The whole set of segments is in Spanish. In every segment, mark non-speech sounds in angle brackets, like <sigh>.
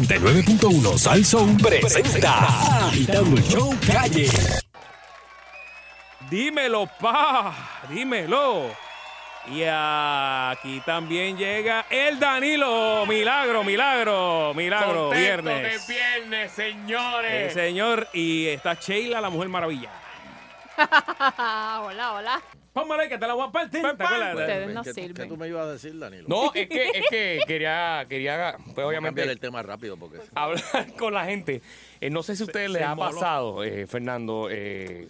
99.1 Sal Soul presenta Agitando el Show Calle. Dímelo, pa, dímelo. Y aquí también llega el Danilo. Milagro, milagro, milagro. Contento viernes. de viernes, El señores. señor y está Sheila, la mujer maravilla. <laughs> hola, hola. Póngale que te la voy a partir. Pues, ¿te acuerdas? Ustedes no Ah, pues, ¿Qué- ¿Qué sirven. tú me ibas a decir, Danilo? No, es que, es que quería, quería, pues Cambiar obviamente, el tema rápido porque... hablar con la gente. Eh, no sé si a ustedes les ha pasado, eh, Fernando, eh,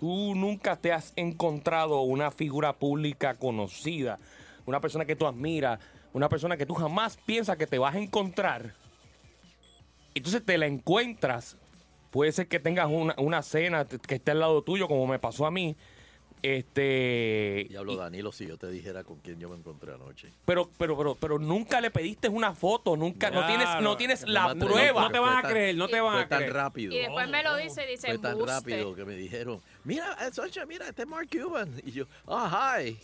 tú nunca te has encontrado una figura pública conocida, una persona que tú admiras, una persona que tú jamás piensas que te vas a encontrar. Entonces te la encuentras. Puede ser que tengas una, una cena t- que esté al lado tuyo, como me pasó a mí. Este, Diablo, Danilo, si yo te dijera con quién yo me encontré anoche. Pero, pero, pero, pero nunca le pediste una foto, nunca, no, Claro. tienes, no tienes No la me atrevo, prueba. No te van a creer, no te van Fue a tan creer. rápido. Y después me lo dice y dice, Fue tan "Embuste". rápido que me dijeron, <laughs> mira, eh, Soncha, mira, este es Mark Cuban. <laughs> Y yo, ah, hi.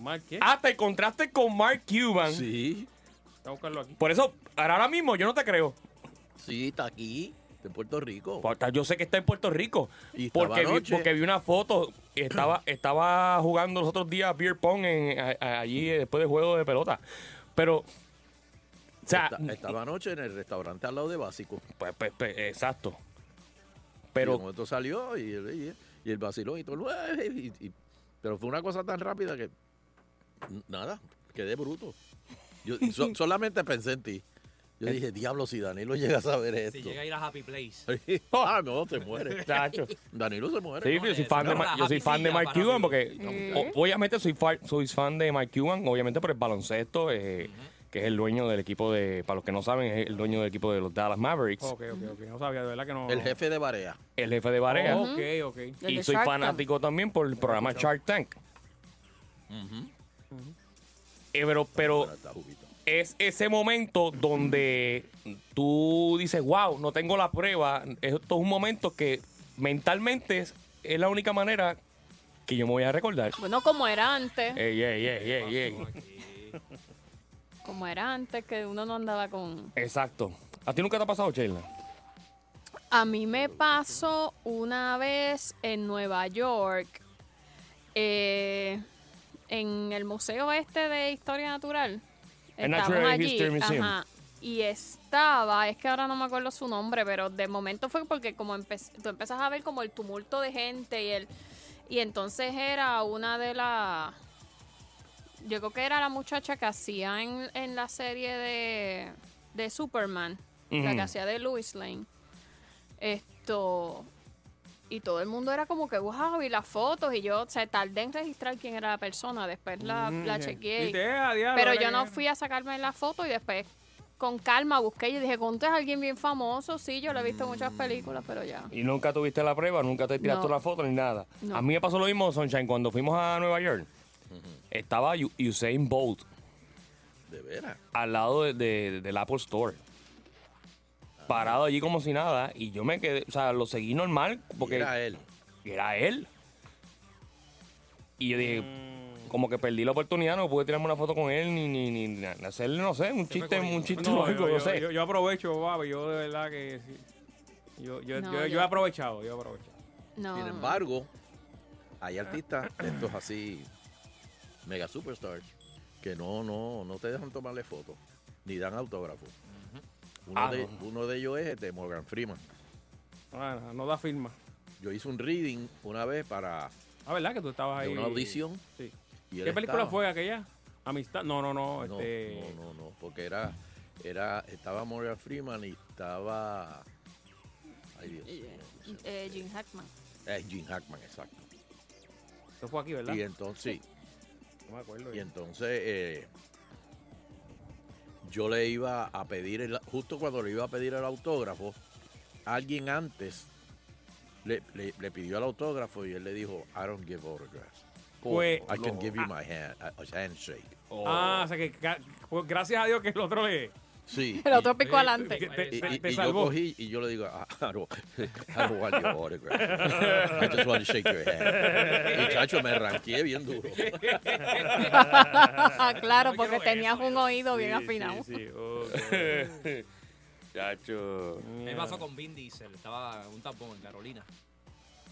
Mark, ¿qué? Ah, te encontraste con Mark Cuban. Sí, Está a buscarlo aquí. Por eso, ahora ahora mismo yo no te creo. sí, está aquí, está en Puerto Rico. Porque yo sé que está en Puerto Rico. Y estaba porque, vi, anoche. porque vi una foto. <clears throat> Estaba, estaba jugando los otros días beer pong en- a- a- allí eh, después del juego de pelota. Pero, o sea, Esta- estaba anoche en el restaurante al lado de Básico. pues, pues, pues, exacto. Pero... Y de Pero momento salió y, y- y el vacilón y todo. "Eh", y- y- pero fue una cosa tan rápida que... n- Nada, quedé bruto. Yo <laughs> so- solamente pensé en ti. Yo dije, diablo, si Danilo <laughs> llega a saber esto. Si llega a ir a Happy Place. ah, no, se muere. Chacho. Danilo se muere. Sí, No, yo soy le- fan, de, no, Ma- la yo soy fan de japicilla Mark para Cuban mí. porque o- obviamente soy, fa- soy fan de Mark Cuban, obviamente por el baloncesto, eh, que es el dueño del equipo de, para los que no saben, es el dueño del equipo de los Dallas Mavericks, Ok, ok, ok. No sabía, de verdad que no. El jefe de Barea. el jefe de Barea. Ok, ok. El Y de soy Shark Tank. fanático también por el programa Shark Tank. Eh, pero, pero Ahora está juguito. es ese momento donde tú dices, wow, no tengo la prueba. Esto es un momento que mentalmente es, es la única manera que yo me voy a recordar. Bueno, como era antes. Ey, ey, ey, ey, ey. Como era antes, que uno no andaba con... Exacto. ¿A ti nunca te ha pasado, Sheila? A mí me pasó una vez en Nueva York, eh, en el Museo Este de Historia Natural. El Estábamos Natural History Museum. ajá, y estaba, es que ahora no me acuerdo su nombre, pero de momento fue porque como empe- tú empezas a ver como el tumulto de gente y el y entonces era una de las yo creo que era la muchacha que hacía en, en la serie de, de Superman, la Ujú. que hacía de Lois Lane. Esto. Y todo el mundo era como que, wow, y las fotos. Y yo, o sea, tardé en registrar quién era la persona. Después la, la chequeé. y- Viste, eh, a diablo, pero era yo que- no fui a sacarme la foto y después con calma busqué y dije, ¿conté es alguien bien famoso? Sí, yo lo he visto en muchas películas, pero ya. Y nunca tuviste la prueba, nunca te tiraste No. la foto ni nada. No. A mí me pasó lo mismo, Sunshine, cuando fuimos a Nueva York. Estaba U- Usain Bolt De veras. al lado de- de- del Apple Store. Parado allí como si nada. Y yo me quedé, o sea, lo seguí normal porque Era él. era él. Y yo dije, como que perdí la oportunidad, no pude tirarme una foto con él ni, ni, ni- ni hacerle, no sé, un chiste, un chiste o No, algo, yo, no yo- sé. yo- yo aprovecho, Babi, yo de verdad que sí. Yo, yo, No, yo- yo yo- he aprovechado, yo he aprovechado. No. Sin embargo, hay artistas, estos así, mega superstars, que no, no, no te dejan tomarle fotos, ni dan autógrafo. Uno, Ah, de, no. uno de ellos es este Morgan Freeman. Ah, no, no da firma. Yo hice un reading una vez para Ah, ¿verdad que tú estabas de ahí? una audición. Sí. y él ¿Qué película estaba. fue aquella? Amistad. No, no, no. No, este... no, no, no, porque era, era, estaba Morgan Freeman y estaba, ay Dios, mío, Eh, Jim Hackman. eh, Gene Hackman, exacto. Eso fue aquí, ¿verdad? Y entonces, sí, No me acuerdo. Y entonces eh, yo le iba a pedir, el- justo cuando le iba a pedir el autógrafo, alguien antes le, le- le pidió el autógrafo y él le dijo, I don't give autographs. Pues- I can give you Ah. my hand, a handshake. Oh. Oh. Ah, o sea que ca- pues, gracias a Dios que el otro le. <laughs> Sí. El otro y- pico adelante. que te, y, te- y- te y yo salvó. cogí y yo le digo, "Ah, I I don't, I don't want your autograph. <laughs> I just want to shake your hand. Muchacho, me ranqué bien duro. <laughs> claro, porque tenías un oído bien afinado. <laughs> Sí, sí, ok. Chacho. Me pasó con Vin Diesel, estaba un tapón en Carolina.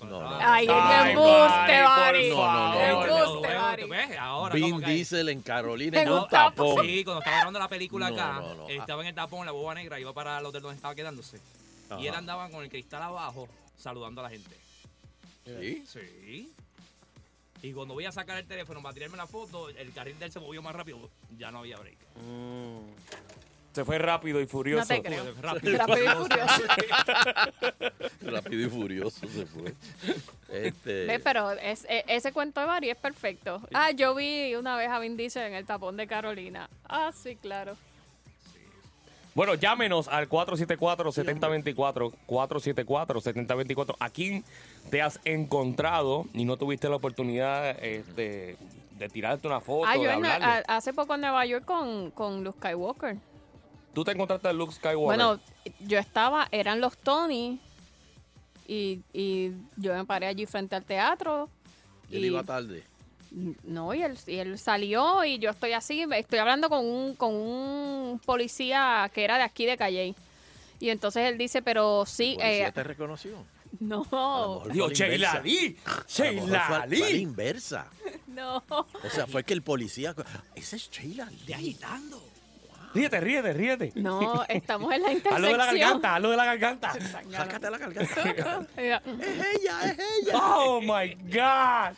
No, no. Ay, el Ay, embuste, Mari, Mari. por favor. El embuste, Mari. <laughs> Ahora, Vin como que- Diesel en Carolina en En un un tapón. tapón. Sí, cuando estaba grabando la película No, acá, este, no, no. él estaba en el tapón, la boba negra, iba para el hotel donde estaba quedándose. Y él Ajá. andaba con el cristal abajo, saludando a la gente. Sí. Sí. Y cuando voy a sacar el teléfono para tirarme la foto, el carril de él se movió más rápido. Ya no había <laughs> <laughs> break. Mm. Se fue rápido y furioso. No te creo. Fue Rápido. <laughs> Rápido y furioso. <laughs> Rápido y furioso se fue. Este, Ve, pero es- e- ese cuento de Mari es perfecto. Ah, yo vi una vez a Vin Diesel en el tapón de Carolina. Ah, sí, claro. Bueno, llámenos al 474-7024. 474-7024. ¿A quién te has encontrado y no tuviste la oportunidad este, de tirarte una foto? Ah, yo de en- hablarle? a- hace poco en Nueva York con, con Luke Skywalker. Tú te encontraste a Luke Skywalker. Bueno, yo estaba, eran los Tony y, y yo me paré allí frente al teatro. y él y- iba tarde. No, y él, y él salió y yo estoy así, me- estoy hablando con un, con un policía que era de aquí de Calle. Y entonces él dice, pero ¿El sí, Ah, policía eh, te reconoció? <laughs> no, A lo mejor Dios, fue a la Sheila inversa. A lo Lee. mejor fue a- Sheila fue a la Lee. inversa. no. O sea, fue que el policía. Esa es Sheila Te Lee. agitando. Ríete, ríete, ríete. No, estamos <laughs> en la Hazlo de la intersección. <laughs> garganta, hazlo de la garganta. Sácate la cargada. Mira, es ella, es ella. Oh my God.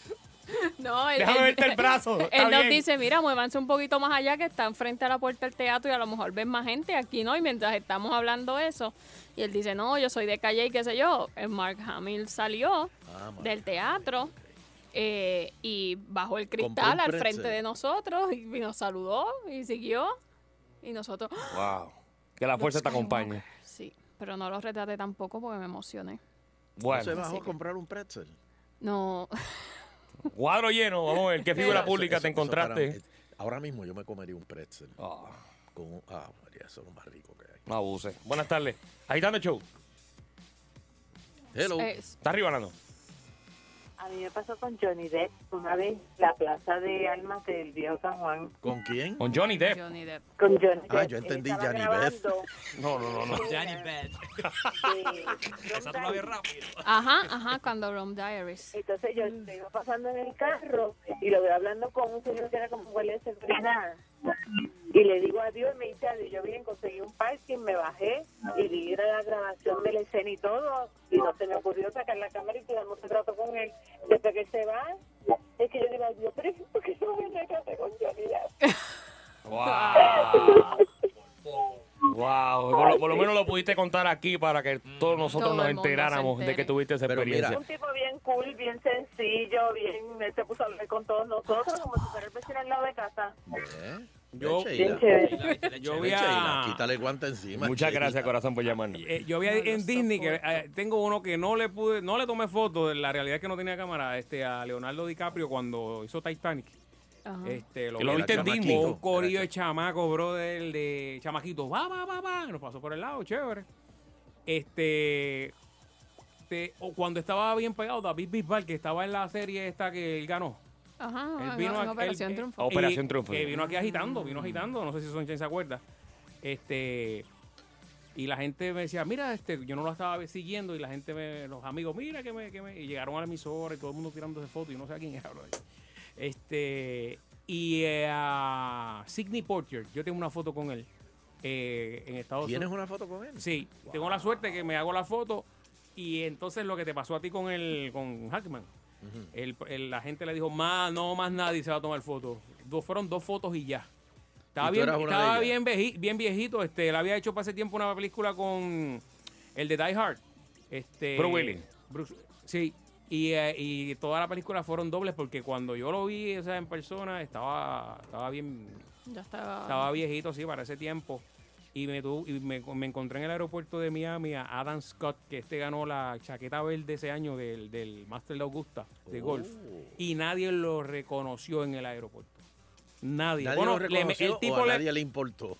No, él, Déjame él- verte el <laughs> brazo, está Él nos bien. dice, mira, muévanse un poquito más allá que están frente a la puerta del teatro y a lo mejor ven más gente aquí, ¿no? Y mientras estamos hablando eso, y él dice, no, yo soy de calle y qué sé yo. El Mark Hamill salió Ah, Mark del teatro eh, y bajó el cristal un al pretzel. frente de nosotros y, y nos saludó y siguió. Y nosotros... ¡ah! Wow. Que la fuerza te acompañe. Sí, pero no lo retraté tampoco porque me emocioné. ¿No se Bueno, bajó a comprar un pretzel? No, cuadro lleno. Vamos a ver qué figura Eso- pública eso- te eso para encontraste. mí- ahora mismo yo me comería un pretzel. Oh, Con un, ah, María, eso es lo más rico que hay. no abuse. Buenas tardes. Agitando el show. Hello. es- Está arriba, Nando. A mí me pasó con Johnny Depp una vez, la plaza de almas del viejo San Juan, ¿Con quién? Con Johnny Depp. Johnny Depp. con Johnny Ah, Depp. yo Él entendí estaba Johnny Depp. grabando, No, no, no, no. Johnny Bad. eh, Esa tú la ves rápido. <laughs> Ajá, ajá, cuando Rome Diaries. Entonces yo me iba pasando en el carro y lo veo hablando con un señor que era como un guardia de seguridad. Y le digo adiós y me dice adiós. Yo bien conseguí un parking, me bajé y vi la grabación de la escena y todo. Y no se me ocurrió sacar la cámara y quedamos un rato con él. Desde que se va, es que yo digo adiós, pero ¿por qué no me casé con Johnny Depp? Wow. Wow. Por lo, por lo menos lo pudiste contar aquí para que todos nosotros Todo nos el mundo se enteráramos de que entere. tuviste esa Mm. Pero mira, experiencia. Un tipo bien cool, bien sencillo, bien, él se puso a hablar con todos nosotros, como si fuera el vecino al lado de casa. ¿Eh? Yo- Ven, Bien Sheila. chévere. Yo Ven, voy a- Sheila, Quítale el guante encima. Muchas Sheila. gracias, corazón, por llamarnos. Eh, yo vi en Disney que eh, tengo uno que no le pude, no le tomé fotos, la realidad es que no tenía cámara, este, a Leonardo DiCaprio cuando hizo Titanic. Ajá. Este, Que lo vi viste en chamaquito, Disney. Un corillo de chamacos, brother, de chamaquitos. Va, va, va, va. Nos pasó por el lado, chévere. Este. este, o cuando estaba bien pegado, David Bisbal, que estaba en la serie esta que él ganó. Ajá, Él en- vino en a- Operación él- Triunfo. eh, Operación Triunfo. Que vino aquí agitando, vino agitando. No sé si Sonchen se acuerda. Este. Y la gente me decía, mira, este, yo no lo estaba siguiendo. Y la gente, me, los amigos, mira que me, que me. Y llegaron a la emisora y todo el mundo tirándose fotos. Y no sé a quién es, brother. Este. Y eh, a Sidney Portier, yo tengo una foto con él. eh, en Estados ¿Tienes una Unidos. foto con él? Sí, tengo la suerte que me hago la foto y entonces lo que te pasó a ti con el con Hackman, el, el- la gente le dijo, más, no, más nadie se va a tomar foto. Dos, fueron dos fotos y ya. Estaba, tú bien, eras una de ellas. estaba bien, veji- bien viejito, este, él había hecho para ese tiempo una película con el de Die Hard. Este, Bruce Willis. Bruce- sí, y, eh, y toda la película fueron dobles porque cuando yo lo vi o sea, en persona estaba, estaba bien, Ya estaba. estaba viejito, sí, para ese tiempo. Y me, tu- y me, me encontré en el aeropuerto de Miami a Adam Scott, que este ganó la chaqueta verde ese año del, del Master de Augusta, Oh. de golf. Y nadie lo reconoció en el aeropuerto. Nadie. Nadie bueno, lo le me- reconoció el tipo o a le- nadie le importó.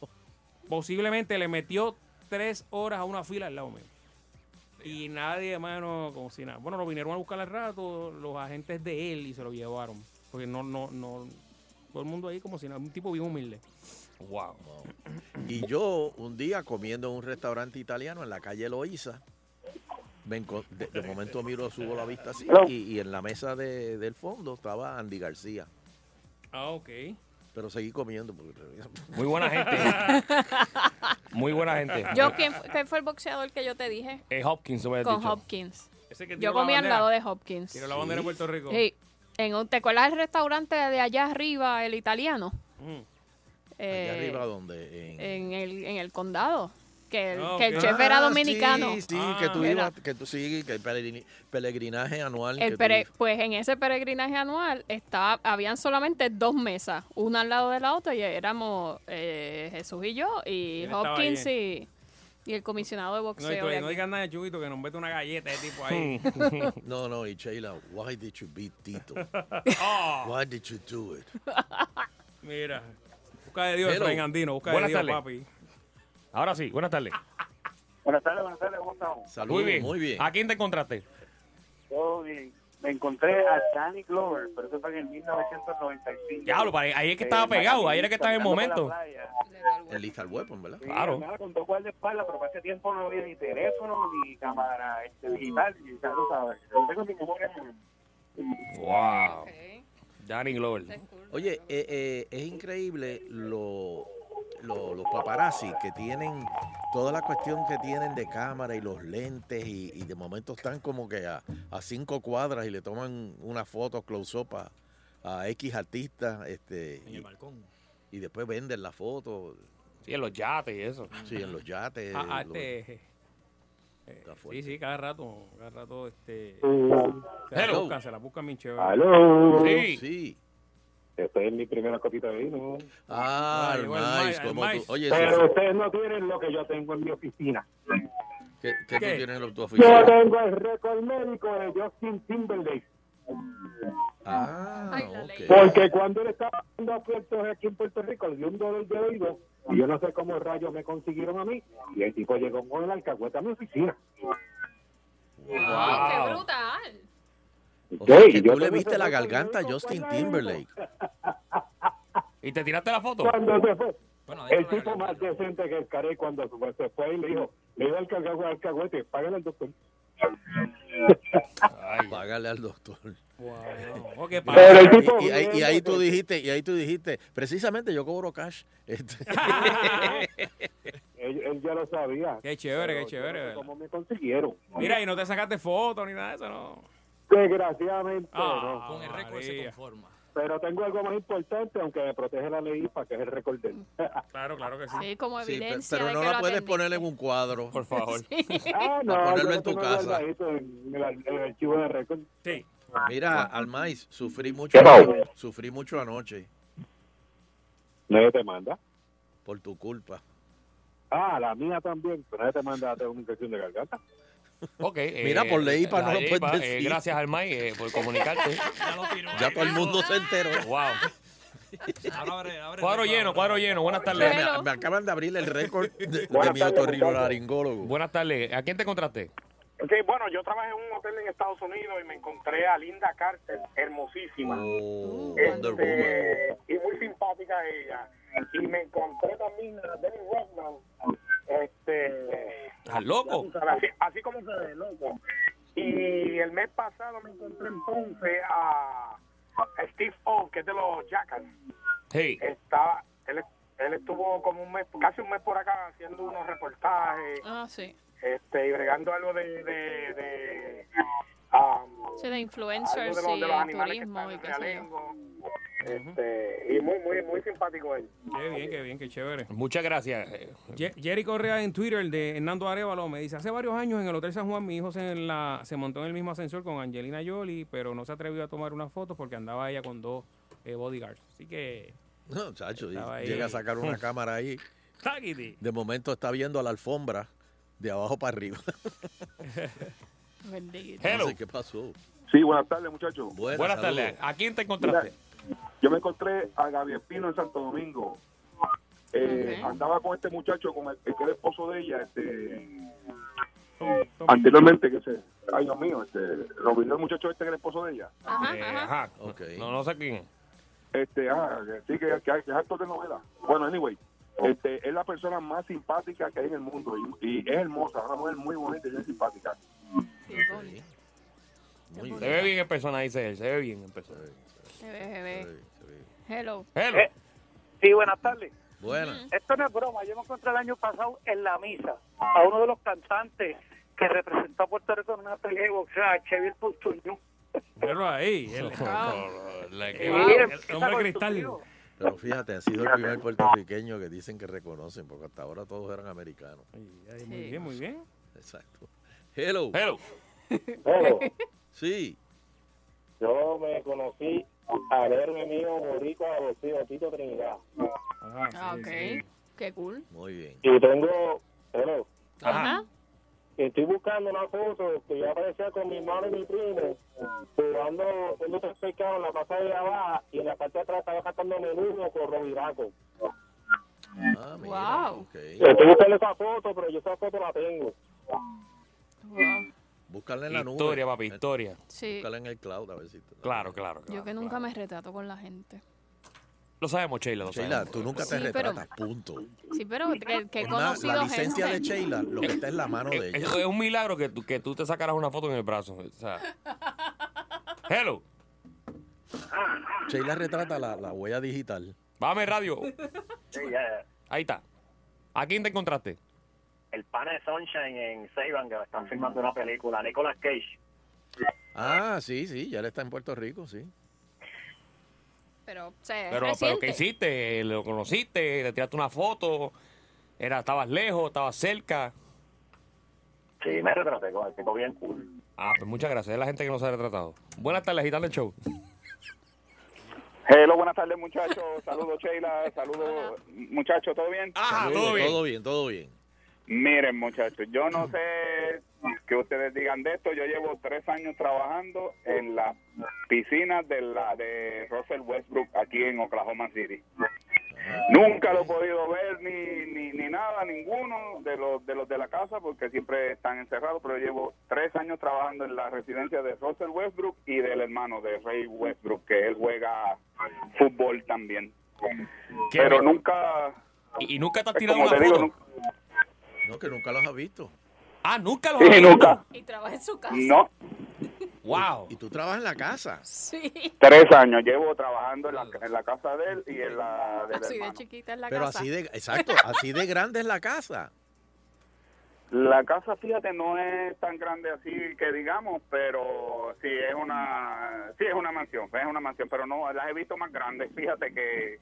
posiblemente le metió tres horas a una fila al lado mío. Y nadie, hermano, como si nada. Bueno, lo vinieron a buscar al rato los agentes de él y se lo llevaron. Porque no, no, no. Todo el mundo ahí como si nada. Un tipo bien humilde. Wow. Y yo un día comiendo en un restaurante italiano en la calle Loíza, me enco- de, de momento miro, subo la vista así y, y en la mesa de- del fondo estaba Andy García. Ah, ok. Pero seguí comiendo. Porque... <laughs> Muy buena gente. Muy buena gente. <laughs> Yo, ¿quién, fu- quién fue el boxeador que yo te dije? Eh, Hopkins, me Este, habías Con dicho. Hopkins. Ese que tiró Yo la comí al bandera. lado de Hopkins. Tiró la bandera de Puerto Rico. Sí. En un- ¿Te acuerdas el restaurante de allá arriba, el italiano? Mm. Eh, Allá arriba donde... En... en, el, en el condado. Que el, Ah, que el ok. chef era Ah, dominicano. Sí, sí, Ah, que tú era. ibas, que tú sí, que el peregrini- peregrinaje anual. que El tú pere- ibas. pues en ese peregrinaje anual estaba, habían solamente dos mesas, una al lado de la otra, y éramos eh, Jesús y yo, y Él estaba Hopkins y, y el comisionado de No, y boxeo. tú, de no aquí. digas nada de Chuguito que nos mete una galleta ese tipo <laughs> ahí. <laughs> No, no, y Sheila, why did you beat Tito? Ah. Why did you do it? Mira. Busca de Dios, Hello. Efraín Andino. Busca de Buenas Dios, tardes. papi. Ahora sí, buenas tardes. Buenas tardes, buenas tardes, ¿cómo estamos? Saludos, Muy bien. Muy bien. ¿A quién te encontraste? Todo bien. Me encontré a Danny Glover, pero eso fue en el 1995. Diablo, pare- ahí es Eh, que estaba pegado, ahí era que estaba en el momento. El Lizard Weapon, ¿verdad? Claro. Claro. Me contó cuál de espalda, pero para ese tiempo no había ni teléfono ni cámara este, digital, y ya lo sabes. No tengo ni memoria. Wow. Danny Glover. Oye, eh, eh, es increíble lo, lo- los paparazzi que tienen, toda la cuestión que tienen de cámara y los lentes y, y de momento están como que a, a cinco cuadras y le toman una foto close-up a, a X artistas este, En el y, balcón. y después venden la foto Sí, en los yates y eso. sí, en los yates. Ah, ah, lo- este. eh, Está fuerte. sí, sí, cada rato. Cada rato, este. Se la Hello. buscan, se la buscan bien chévere. ¡Aló! Sí. <laughs> Sí. Esta es mi primera copita de vino. Ah, Ah, el llegó el maíz, maíz, el como tú- maíz. Oye, Pero eso- ustedes no tienen lo que yo tengo en mi oficina. ¿qué, qué tú ¿Qué? tienes en tu Yo oficina? tengo el récord médico de Justin Timberlake. Ah, Ay, la ley. ok. Porque cuando él estaba dando apuestos aquí en Puerto Rico, le dio un dolor de oído y yo no sé cómo rayos me consiguieron a mí. Y el tipo llegó con el alcahueta a mi oficina. Ay, ¡Qué brutal! O sea, Sí, que yo tú le tengo viste ese la récord garganta a médico, Justin ¿cuál es? Timberlake. ¿Y te tiraste la foto? Cuando se fue, Bueno, el adentro de la tipo más garganta. decente que el carey cuando se fue, se fue y le dijo, le dio al cargado al alcahuete, págale al doctor. <laughs> Ah, Págale al doctor. Wow. Ok, pa- Pero el tipo... pues. Y, y ahí, y ahí tú bien, dijiste, y ahí tú dijiste, precisamente yo cobro cash. Este, Él, él ya lo sabía. Qué chévere, Pero qué yo no chévere, sé ¿verdad? ¿Cómo me consiguieron? Mira, y no te sacaste fotos ni nada de eso, ¿no? Desgraciadamente, no. Ah, Con el récord se María. conforma. Pero tengo algo más importante, aunque me protege la ley para que es el récord de él. <laughs> Claro, claro que sí. Sí, como sí, pe- evidencia. pero de no que la lo puedes <laughs> atendiste. poner en un cuadro. <laughs> Por favor. Ah, no, ponerlo yo en lo tu tengo casa. guardadito En el, en el archivo de récord. Sí. Mira, Almais, sufrí mucho, sufrí mucho anoche Nadie te manda. por tu culpa. Ah, la mía también. Pero nadie te manda a tener una infección de <laughs> garganta. Ok. eh, Mira, por ley, pa, no lo ley, puedes pa, eh, decir. gracias al Mike eh, por <laughs> comunicarte. Ya lo tiró. Ya todo el mundo se enteró. wow. Ahora abre- abre el Cuadro récord, lleno, abre. cuadro lleno. Buenas tardes. Pero- Me, me acaban de abrir el récord de, de Buenas mi tardes, otorrinolaringólogo. Buenas tardes. ¿A quién te encontraste? Ok, bueno, yo trabajé en un hotel en Estados Unidos y me encontré a Linda Carter, hermosísima. Oh, Wonder Woman. Este, y muy simpática ella. Y me encontré también a Dennis Rodman. Este, ¿Estás loco? así, así como se ve, loco. Y el mes pasado me encontré entonces a a Steve O, que es de los Jackals. Hey. Estaba, él, él estuvo como un mes, casi un mes por acá haciendo unos reportajes Ah, sí. este, y bregando algo de... de, de um, <laughs> Sí, de algo influencers de los- y de los el animales que turismo están y en qué sé yo. realengo. Este, y muy, muy, muy simpático él. Qué bien, qué bien, qué chévere. Muchas gracias. Eh, Ye- Jerry Correa en Twitter de Hernando Arevalo me dice, hace varios años en el Hotel San Juan mi hijo se, en la, se montó en el mismo ascensor con Angelina Jolie, pero no se atrevió a tomar una foto porque andaba ella con dos eh, bodyguards. Así que... No, chacho, y Estaba ahí. llega a sacar una cámara ahí. ¡táquiti! De momento está viendo a la alfombra de abajo para <laughs> arriba. <laughs> Bendito. No Hello. sé qué pasó. Sí, buenas tardes, muchachos. Buenas, Eh, Buenas saludos. tardes. ¿A quién te encontraste? Yo me encontré a Gaby Espino en Santo Domingo. Eh, Ok. Andaba con este muchacho, con el, el que era esposo de ella, este, anteriormente, que se, ay Dios mío, este, Robin, el muchacho este que era esposo de ella. Ajá, Eh, ajá. ajá. Ok. No, no sé quién. Este, ah, sí, que, que, que es actor de novela. Bueno, anyway, Este, es la persona más simpática que hay en el mundo y, y es hermosa, una mujer muy bonita y muy simpática. Se ve bien en persona, dice él. Se ve bien en persona. Se ve, se ve. Hello. Mm. Hello. Eh, sí, buenas tardes. Buena. Esto no es broma, yo me encontré el año pasado en la misa a uno de los cantantes que representó a Puerto Rico en una pelea de boxeo, a Chevier Pustuñú. Pero ahí, el, La el- que- Wow. el- el hombre cristal. Pero fíjate, ha sido el primer puertorriqueño que dicen que reconocen, porque hasta ahora todos eran americanos. Ay, ay, Muy bien, muy bien. Exacto. Hello. Hello. Sí. Yo me conocí a verme mío boricua a Tito Trinidad. Ah, ok. Qué cool. Muy bien. Y tengo, bueno, Ah. Ajá. estoy buscando una foto que yo aparecía con mi hermano y mi primo jugando un dulce pescado en la casa de abajo y en la parte de atrás estaba cantando menudo con Robiraco. Ah, mira. Wow. Ok. Estoy buscando esa foto, pero yo esa foto la tengo. Wow. Búscala en la nube. Historia, papi, historia. Sí. Búscala en el cloud a ver si. te- Claro, claro. claro, Yo que nunca claro. me retrato con la gente. Lo sabemos, Sheila. Lo Sheila, sabemos. tú nunca te Sí, pero- retratas, punto. Sí, pero que, que he Es más, la conocido licencia gente. de Sheila, lo que está en la mano de Eh, ella. Es, es un milagro que tú, que tú te sacaras una foto en el brazo. o sea. Hello. Sheila retrata la, la huella digital. Bájame el radio. Sí, ya, Ahí está. ¿A quién te encontraste? el pana de Sunshine en Saban, que están filmando una película, Nicolas Cage. Ah, sí, sí, ya él está en Puerto Rico, sí. Pero, o sea, es Pero, pero reciente. ¿qué hiciste? ¿Lo conociste? ¿Le tiraste una foto? Era, ¿Estabas lejos? ¿Estabas cerca? Sí, me retraté con el tipo bien cool. Ah, pues muchas gracias. Es la gente que nos ha retratado. Buenas tardes, Gitano del Show. Hello, buenas tardes muchachos, saludos Sheila, saludos muchachos, ¿todo bien? Ah, todo bien. Todo bien, todo bien. Miren, muchachos, yo no sé que ustedes digan de esto. Yo llevo tres años trabajando en las piscinas de la de Russell Westbrook aquí en Oklahoma City. Nunca lo he podido ver ni, ni, ni nada, ninguno de los de los de la casa porque siempre están encerrados. Pero llevo tres años trabajando en la residencia de Russell Westbrook y del hermano de Ray Westbrook que él juega fútbol también. ¿Qué- Pero nunca, ¿Y, y nunca te has es tirado Pues como una te digo, foto? nunca, No, que nunca los has visto. Ah, nunca lo has sí, visto? nunca, Y trabaja en su casa. no. Wow. Y tú trabajas en la casa. Sí. Tres años llevo trabajando en la, en la casa de él y en la del Así de hermano. chiquita en la Pero casa. así de, exacto, así de grande es la casa. La casa, fíjate, no es tan grande así que digamos, pero sí es una, sí es una mansión, es una mansión, pero no, las he visto más grandes, fíjate que,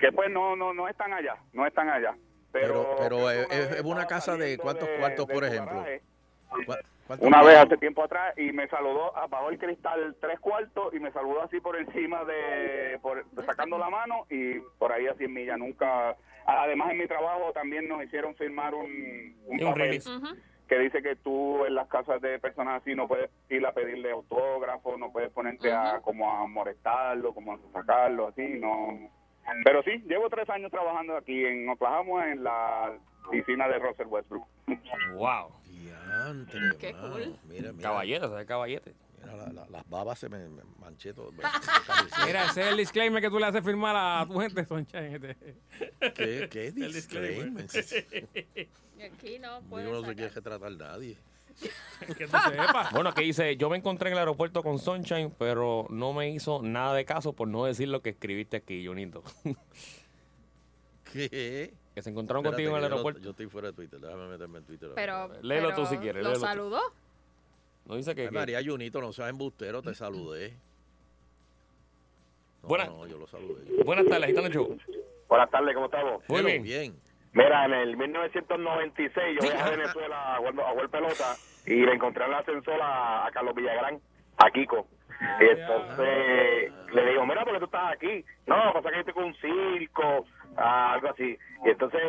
que pues no, no, no están allá, no están allá. Pero, Pero- pero es- vez es- es una estaba casa de saliendo cuántos cuartos, por del ejemplo? garaje, ¿Cuá- cuántos Una vez cuartos? hace tiempo atrás y me saludó, apagó el cristal tres cuartos y me saludó así por encima de, por, sacando la mano y por ahí a 100 millas. Nunca, además en mi trabajo también nos hicieron firmar un, un Un papel release. Ujú. que dice que tú en las casas de personas así no puedes ir a pedirle autógrafo, no puedes ponerte a como a molestarlo, como a sacarlo, así, no. Pero sí, llevo tres años trabajando aquí en Oklahoma en la piscina de Russell Westbrook. Wow. Diantre, Qué mano. cool. Mira, mira, Caballete, ¿sabes caballete? mira, la- la- las babas se me, me manché todo. Mira, ese es el disclaimer que tú le haces firmar a tu gente, Sunshine. ¿Qué, <laughs> qué disclaimer? Y aquí no puede Yo no se sacar. quiere retratar nadie. Que tú <laughs> <laughs> sepas. Bueno, que dice, yo me encontré en el aeropuerto con Sunshine, pero no me hizo nada de caso por no decir lo que escribiste aquí, Junito. ¿Qué? que se encontraron Espérate, contigo en el que yo no- aeropuerto. Yo estoy fuera de Twitter, déjame meterme en Twitter. Pero, Léelo pero tú si quieres, ¿Lo léelo tú. saludó? No dice que... Ay, que- María Junito, no seas embustero, te saludé. No, Buenas- no, yo lo saludé. Buenas tardes, Gitano del Show. Buenas tardes, ¿cómo estamos? Muy Pero bien. bien. Mira, en el 1996 yo viajé a Venezuela a jugar, a jugar pelota y le encontré en el ascensor a, a Carlos Villagrán, a Kiko. Ah, Y entonces le digo, mira, ¿por qué tú estás aquí? No, pasa que estoy con un circo, ah, algo así. Y entonces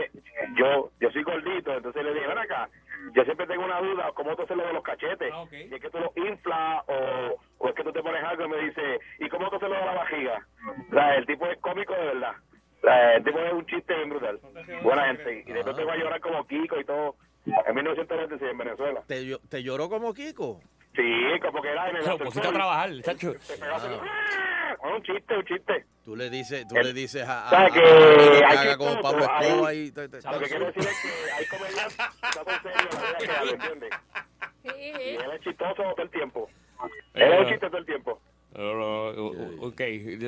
yo yo soy gordito, entonces le dije, ven acá, yo siempre tengo una duda, ¿cómo tú haces lo de los cachetes? Ah, ok. Y es que tú los inflas o, o es que tú te pones algo y me dice, ¿y cómo tú haces lo de la vajiga? O sea, el tipo es cómico de verdad. O sea, el tipo es un chiste bien brutal. Buena gente. Y Ah. después te voy a llorar como Kiko y todo. En 1996 en Venezuela. ¿Te, llo- te lloró como Kiko? Sí, como que era en el Lo pusiste a ascensor. trabajar, chacho. Te pegaste, ¡ah! un chiste, un chiste. Tú le dices, tú El- le dices a, a, ¿Sabes a- Eh, que a- que hay haga que- como Pablo hay- Escobar y te- te- Lo que quiero decir es que <laughs> hay comediantes que son serios en la vida real, ¿entiendes? Y él es chistoso todo el tiempo. Eh. Él es un chiste todo el tiempo. No, no, o- o- uh, ok,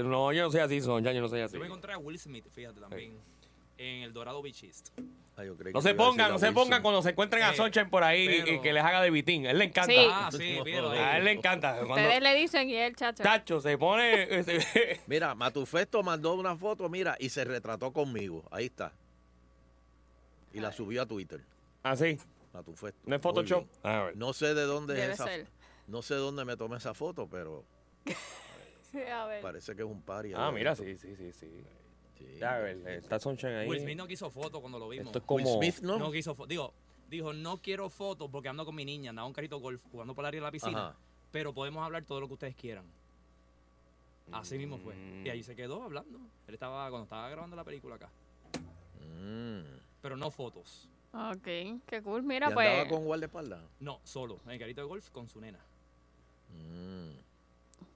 no, yo no soy así, son, ya yo no soy así. Yo me encontré a Will Smith, fíjate también. En el Dorado Beach East. No se pongan, no se pongan cuando se encuentren a Sunshine por ahí y- y que les haga de bitín. A él le encanta. Sí. Ah, sí, pídelo ahí. A él le encanta. Cuando- Ustedes le dicen y él, chacho. <laughs> Tacho, se pone. mira, Matufesto mandó una foto, mira, y se retrató conmigo. Ahí está. Y la subió a Twitter. ¿Ah, sí? Matufesto. ¿No es Photoshop? Ah, Muy bien. No sé de dónde Debe es esa. ser. No sé dónde me tomé esa foto, pero A ver. parece que es un party. Ah, ahí mira, adentro. sí, sí, sí. sí. Ya, a ver, está Sunshine ahí. Will Smith no quiso foto cuando lo vimos. Esto es como- Will Smith, ¿no? No quiso foto. Digo, dijo, no quiero fotos porque ando con mi niña, andaba un carrito golf jugando por el área de la piscina. Ajá. Pero podemos hablar todo lo que ustedes quieran. Así mismo fue. Mm. Y ahí se quedó hablando. Él estaba, cuando estaba grabando la película acá. Mm. Pero no fotos. Ok, qué cool. Mira, ¿Y pues. andaba con guardaespaldas? No, solo. En el carrito de golf con su <laughs> nena.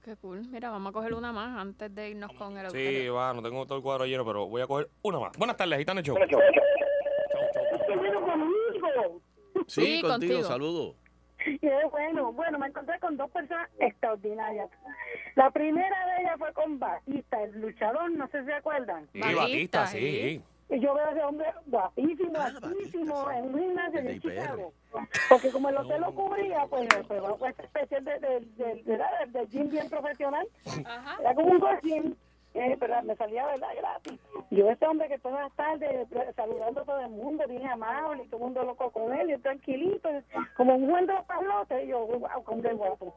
Qué cool. Mira, vamos a coger una más antes de irnos con el autor. Sí, va, no tengo todo el cuadro lleno, pero voy a coger una más. Buenas tardes, Gitano Show. ¡Qué bueno conmigo! Sí, contigo, saludo. Qué bueno. Bueno, me encontré con dos personas extraordinarias. La primera de ellas fue con Batista, el luchador, no sé si se acuerdan. Sí, Batista, sí. Y yo veo a ese hombre guapísimo, guapísimo, en un gimnasio en Chicago. Porque como el hotel lo cubría, pues, pues, bueno, pues, esta especie de, de, de, de- de- de gym bien profesional. Era como un gym, eh, pero me salía, ¿verdad? Gratis. Yo este hombre que todas las tardes eh, saludando a todo el mundo, bien amable, y todo el mundo loco con él, y él tranquilito, como un buen de los palotes, y yo, wow, con qué guapo.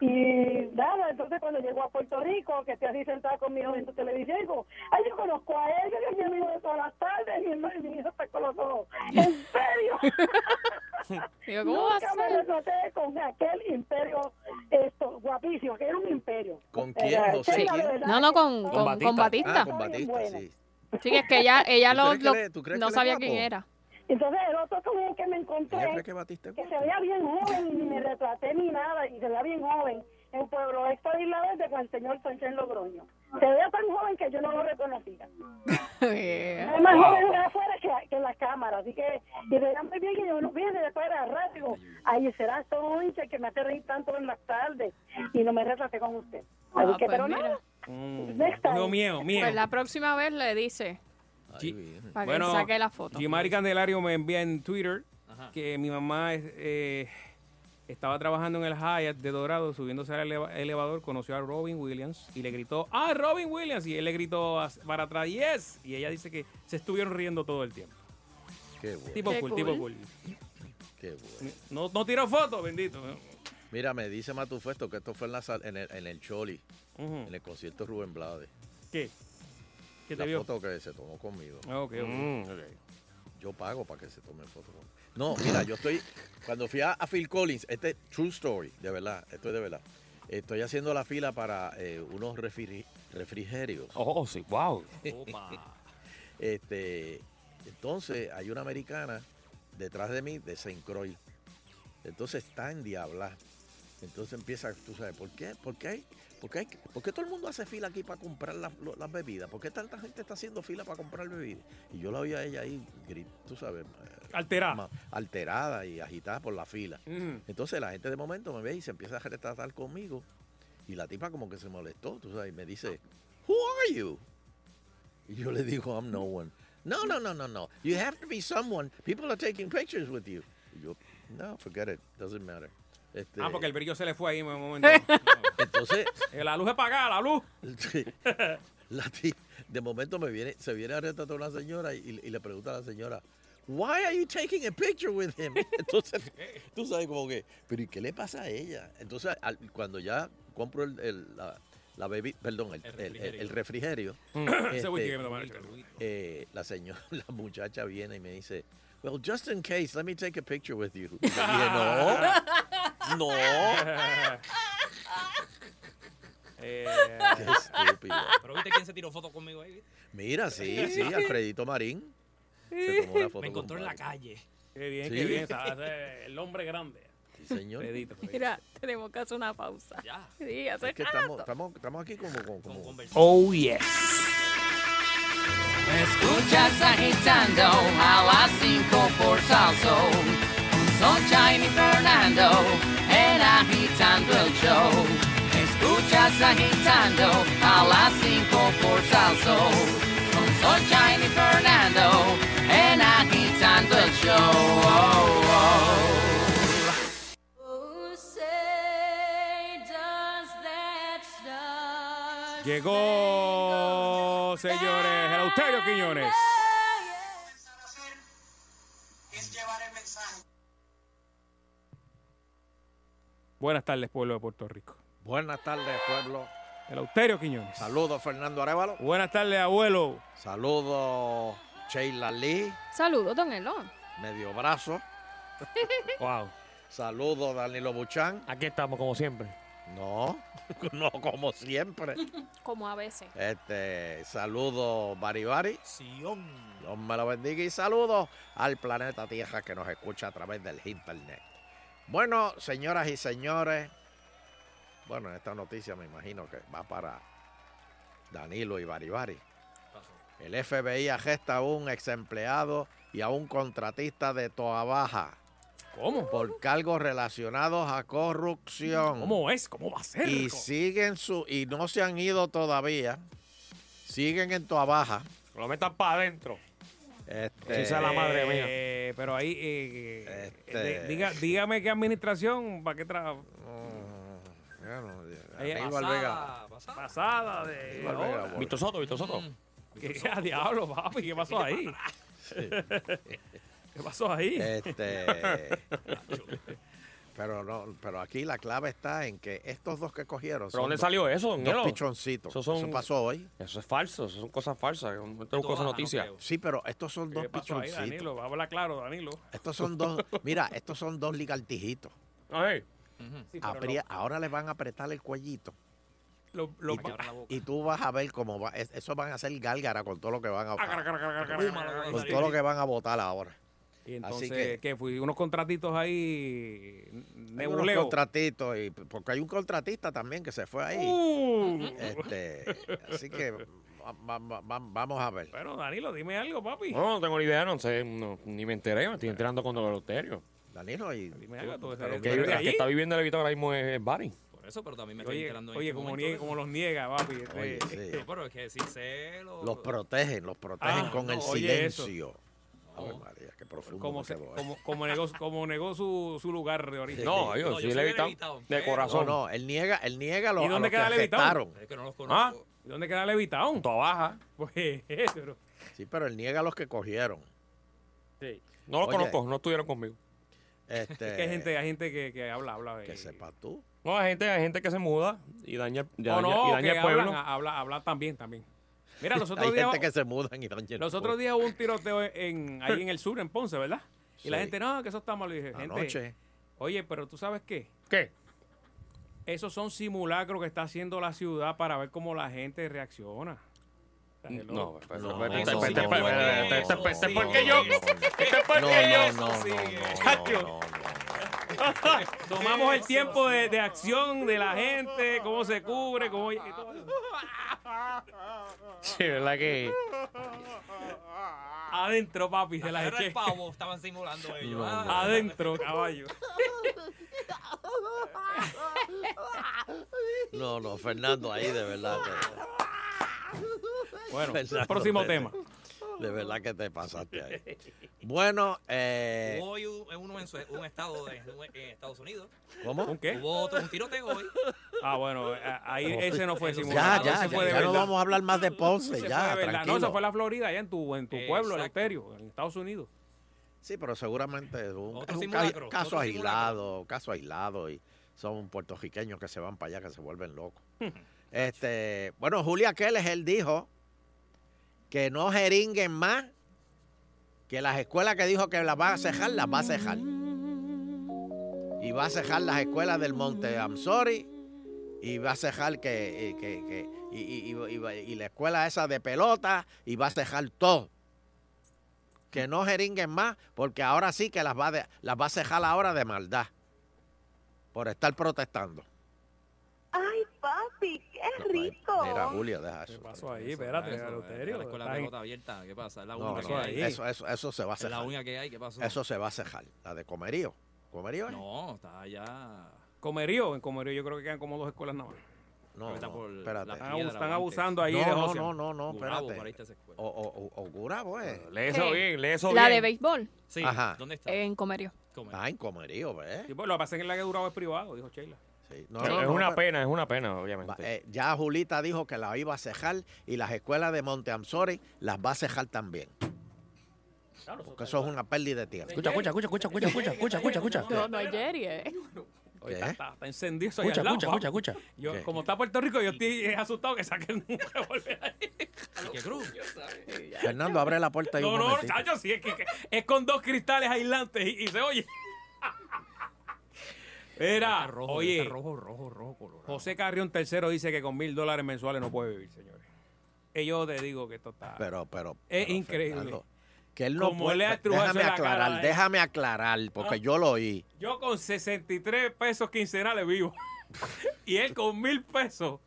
Y nada, entonces cuando llegó a Puerto Rico, que estoy así sentada con mi hijo en su televisión, digo, ay, yo conozco a él, yo soy mi hijo de todas las tardes, y mi hermano- mi hijo está con <laughs> los ojos. ¿En serio? Digo, ¿cómo va a Nunca me ser? retraté con aquel imperio, esto, guapísimo, que era un imperio. ¿Con quién? Era- No sé Sheila, de quién. verdad No, no, que con- estaba con- con Batista. Ah, con Batista, sí. Sí, que es que ella, ella ¿Tú lo, crees que lo- le- tú crees no que le sabía guapo? quién era. Entonces el otro con el que me encontré, que, se veía bien joven y ni me retraté ni nada, y se veía bien joven, en Pueblo Este, Extra de Isla Verde con el señor Sánchez Logroño. Se veía tan joven que yo no lo reconocía. <laughs> Era más joven de afuera que, que en la cámara, así que, y veía muy bien que yo no vi de afuera rápido. Ahí será Sonche que me hace reír tanto en las tardes, y no me retraté con usted. Así Ah, que, pues pero mira. nada, Mm, tengo miedo, miedo. Pues la próxima vez le <laughs> dice para que Bueno, saque la foto. Gimari Candelario me envía en Twitter que mi mamá es, eh, estaba trabajando en el Hyatt de Dorado, subiéndose al eleva- elevador, conoció a Robin Williams y le gritó, ¡Ah, Robin Williams! Y él le gritó as- para atrás, ¡Yes! Y ella dice que se estuvieron riendo todo el tiempo. Qué bueno. Tipo cool, tipo cool. Qué bueno. No, no tiró fotos, bendito. Mira, me dice Matufesto que esto fue en, la sal- en, el, en el Choli, Ujú. en el concierto de Rubén Blades. ¿Qué? ¿Qué te la vio? foto que se tomó conmigo. Ah, ok, ok. Mm, Yo pago para que se tome foto conmigo. No, mira, yo estoy. Cuando fui a, a Phil Collins, este es true story, de verdad, esto es de verdad. Estoy haciendo la fila para eh, unos refri- refrigerios. Oh, sí, <laughs> wow. Este, entonces hay una americana detrás de mí de Saint Croix. Entonces está en diabla. Entonces empieza, tú sabes, ¿por qué? ¿Por qué hay? ¿Por qué, hay- por qué todo el mundo hace fila aquí para comprar las, lo- las bebidas? ¿Por qué tanta gente está haciendo fila para comprar bebidas? Y yo la vi a ella ahí, grit- tú sabes, eh, Alterada. ma- alterada y agitada por la fila. Mm. Entonces la gente de momento me ve y se empieza a retratar conmigo. Y la tipa como que se molestó, tú sabes, y me dice, Who are you? Y yo le digo, I'm no one. No, no, no, no, no. You have to be someone. People are taking pictures with you. Y yo, no, forget it. Doesn't matter. Este, Ah, porque el brillo se le fue ahí en <laughs> un momento. Entonces, Eh, la luz es apagada, la luz. Sí. La ti- de momento me viene, se viene a retratar una señora y, y le pregunta a la señora, Why are you taking a picture with him? <laughs> Entonces, tú sabes como que, pero ¿y qué le pasa a ella? Entonces, al- cuando ya compro el, el- la, la baby, perdón, el, el- el- el refrigerio, Mm. <coughs> Ese este, whisky que me tomaron. eh, la señora, <laughs> la muchacha viene y me dice, Well, just in case, let me take a picture with you. Y yo <laughs> dije, no, no. Eh, Qué estúpido. Pero viste quién se tiró foto conmigo ahí. Mira, sí, sí, Alfredito Marín. Se tomó una foto Me encontró con en la Mario. calle. Qué bien, Sí. qué bien. ¿sabes? El hombre grande. señor. Pues. Mira, tenemos que hacer una pausa. Sí, hace Es que rato. estamos, estamos, estamos aquí como... como, como- Oh, yes. Escuchas agitando a las 5 por Salso. Con Sunshine y Fernando en agitando el show. Escuchas agitando a las 5 por Salso. Con Sunshine y Fernando en agitando el show. Llegó, señores, Eleuterio Quiñones. Buenas tardes, pueblo de Puerto Rico. Buenas tardes, pueblo. Eleuterio Quiñones. Saludos, Fernando Arevalo. Buenas tardes, abuelo. Saludos, Sheila Lee, Saludos, don Elon. <laughs> medio brazo. Wow. Saludos, Danilo Buchan. Aquí estamos, como siempre. No, <laughs> no como siempre. Como a veces. Este, saludos, Baribari. Dios me lo bendiga y saludos al planeta Tierra que nos escucha a través del internet. Bueno, señoras y señores, bueno, en esta noticia me imagino que va para Danilo y Baribari. El FBI arresta a un ex empleado y a un contratista de Toa Baja. ¿Cómo? Por cargos relacionados a corrupción. ¿Cómo es? ¿Cómo va a ser? Y ¿Cómo? siguen su y no se han ido todavía. Siguen en Toa Baja. Lo metan para adentro. Este, Esa es la madre mía. Este. Eh, pero ahí, eh, de- diga- dígame qué administración, para qué trabajo. Mm. Bueno, ya- Ahí- Aníbal Vega. <laughs> pasada. Pasada de. Aníbal Vega, ahora. Mm. Víctor Soto, Víctor Soto. ¿Qué, <laughs> qué diablo, papi? ¿Qué pasó ahí? ¿Qué pasó ahí? <laughs> Este, pero no, pero aquí la clave está en que estos dos que cogieron. ¿Pero son dónde dos- salió eso, don Dos Elo? pichoncitos. Eso son- Eso pasó hoy. Eso es falso, eso son cosas falsas. No tengo cosas noticias. sí, pero estos son dos ¿Qué pasó ahí, pichoncitos. Danilo? Vamos a hablar claro, Danilo. Estos son dos, mira, estos son dos ligartijitos. Sí, pero Apri- Ahora le van a apretar el cuellito. lo- lo- y, tú, y tú vas a ver cómo va. es- Eso van a hacer gálgara con todo lo que van a Ah, cara, cara, cara, cara, cara, Con cara. todo lo que van a votar ahora. Así Y entonces, que- que... fui unos contratitos ahí, Hay unos nebuleo. contratitos y porque hay un contratista también que se fue ahí. Este, así que va- va- va- vamos a ver. Oh, Bueno, Danilo, dime algo, papi. No, no tengo ni idea, no sé, no- ni me enteré, me estoy enterando con el Eleuterio. Danilo, y Dime algo, tú, Pero eres- que, tú eres el de que allí. está viviendo el evita ahora mismo es, es Barry. Por eso, pero también me estoy Oye, enterando en oye este como, momento niega, de- como los niega, papi. este- Oye, sí. No, pero es que sí sé lo- Los protegen, los protegen Oh. Ah, con no, el oye, eso. silencio. Ave Oh, María, qué profundo como, que se- quedó eso. como, como negó, como negó su, su lugar de ahorita. No, yo, sí, le he evitado. De corazón. No, no, él niega, él niega los, ¿Y dónde a los que queda Levitón? arrestaron. ¿Ah? ¿Y dónde queda Levitón? Toda baja. <laughs> Pues, <laughs> pero- Sí, pero él niega a los que cogieron. No lo Oye. conozco, no estuvieron conmigo. Este, es que hay gente, hay gente que, que habla, habla. de- que sepas tú. No, hay gente, hay gente que se muda y daña, y O daña- y Oh, no, daña que el pueblo. hablan, habla, habla también, también. Mira, los <laughs> Hay otros días... gente que se mudan y dañan el Los pueblo. otros días hubo un tiroteo en, ahí en el sur, en Ponce, ¿verdad? Y la Sí. gente, no, que eso está malo. Y dije, gente, Anoche. oye, pero tú sabes qué? ¿Qué? Esos son simulacros que está haciendo la ciudad para ver cómo la gente reacciona. No, pues, pero- No, pero- eso este sí, pero- no, pero- no, pero- no, pero- no, no, pero- porque no, pues, yo- no, pero no, porque no, yo- no, no, Sí, no, no, chacho. <laughs> Tomamos el tiempo de, de acción de la gente, cómo se cubre, cómo... y todo eso. <laughs> Sí, ¿verdad que? Adentro, papi, de la Era el gente. pavo, <laughs> estaban simulando ellos. No, Ah, no. Adentro, caballo. No, no, Fernando ahí de verdad. <laughs> Bueno, Fernando, próximo te- tema. De verdad que te pasaste ahí. Bueno, eh, Oh, Hubo hoy un- uno en su- un estado de, un- en Estados Unidos. ¿cómo? ¿Un qué? Hubo otro, un tiroteo hoy. Ah, bueno, eh, ahí ese no fue ya, simulacro. ya, ese fue de ya, ya no verdad. vamos a hablar más de Ponce, Ese ya, fue de verdad. No, tranquilo. eso fue en la Florida, allá en tu, en tu Exacto. pueblo, Eleuterio, en Estados Unidos. Sí, pero seguramente es un, Otro es un ca- simulacro, caso otro aislado, caso aislado y son puertorriqueños que se van para allá que se vuelven locos. este, bueno, Julia Keles él dijo que no jeringuen más, que las escuelas que dijo que las va a cejar, las va a cejar. Y va a cejar las escuelas del Monte Amsori y va a cejar que, eh, que- que- y, y- y- y va- y la escuela esa de pelota y va a cejar todo que no jeringuen más, porque ahora sí que las va, de- las va a cejar ahora de maldad. por estar protestando. Ay, papi, qué rico. Oh. Mira, Julia, deja eso. ¿Qué pasó ahí? Espérate, eso, Eleuterio, La escuela está de ahí. pelota abierta, ¿qué pasa? La No, única no, que hay. Eso, eso, eso se va a Es cejar. La única que hay, ¿qué pasó? Eso se va a cejar. La de comerío. ¿Comerío es? No, está ya. Comerío, en Comerío yo creo que quedan como dos escuelas nada más. No, no, espérate. Están, abus- están abusando ahí de No, José. no, no, no, Gurabo, espérate. por ahí O, o, o, o Gurabo, eh. Lee eso ¿Qué? bien, lee eso La de bien. béisbol. Sí, Ajá. ¿dónde está? En Comerio. Ah, en comerío, ¿ves? Sí, pues, lo que pasa es que la que duraba es privado, dijo Sheila. Sí, es no, ¿eh? no, una pero- pena, es una pena, obviamente. Eh, ya Julita dijo que la iba a cejar y las escuelas de Monte Amsori las va a cejar también. Porque eso es una pérdida de tiempo. Escucha, escucha, escucha, escucha, escucha, escucha, escucha, escucha, escucha. No, no es Jerry, ¿eh? ¿Qué? Está, está- está encendido eso ahí Escucha, al lado, escucha, papi. escucha, escucha. <laughs> Yo, ¿Qué? como está Puerto Rico, yo estoy eh, asustado que saquen <laughs> un revólver ahí. ¿Qué cruz? Fernando, abre la puerta y un No, no, momentito. chacho, sí, es que que- es con dos cristales aislantes y, y <laughs> se oye. Era, oye, Está rojo, rojo, rojo, colorado. José Carrión tercero dice que con mil dólares mensuales no puede vivir, señores. Y yo te digo que esto está... Pero, pero. es pero, increíble. Fernando, que él no Como puede- le ha estrujado déjame en la cara, aclarar, ¿eh? déjame aclarar, porque Ah. yo lo oí. Yo con 63 pesos quincenales vivo. <laughs> y él con mil pesos.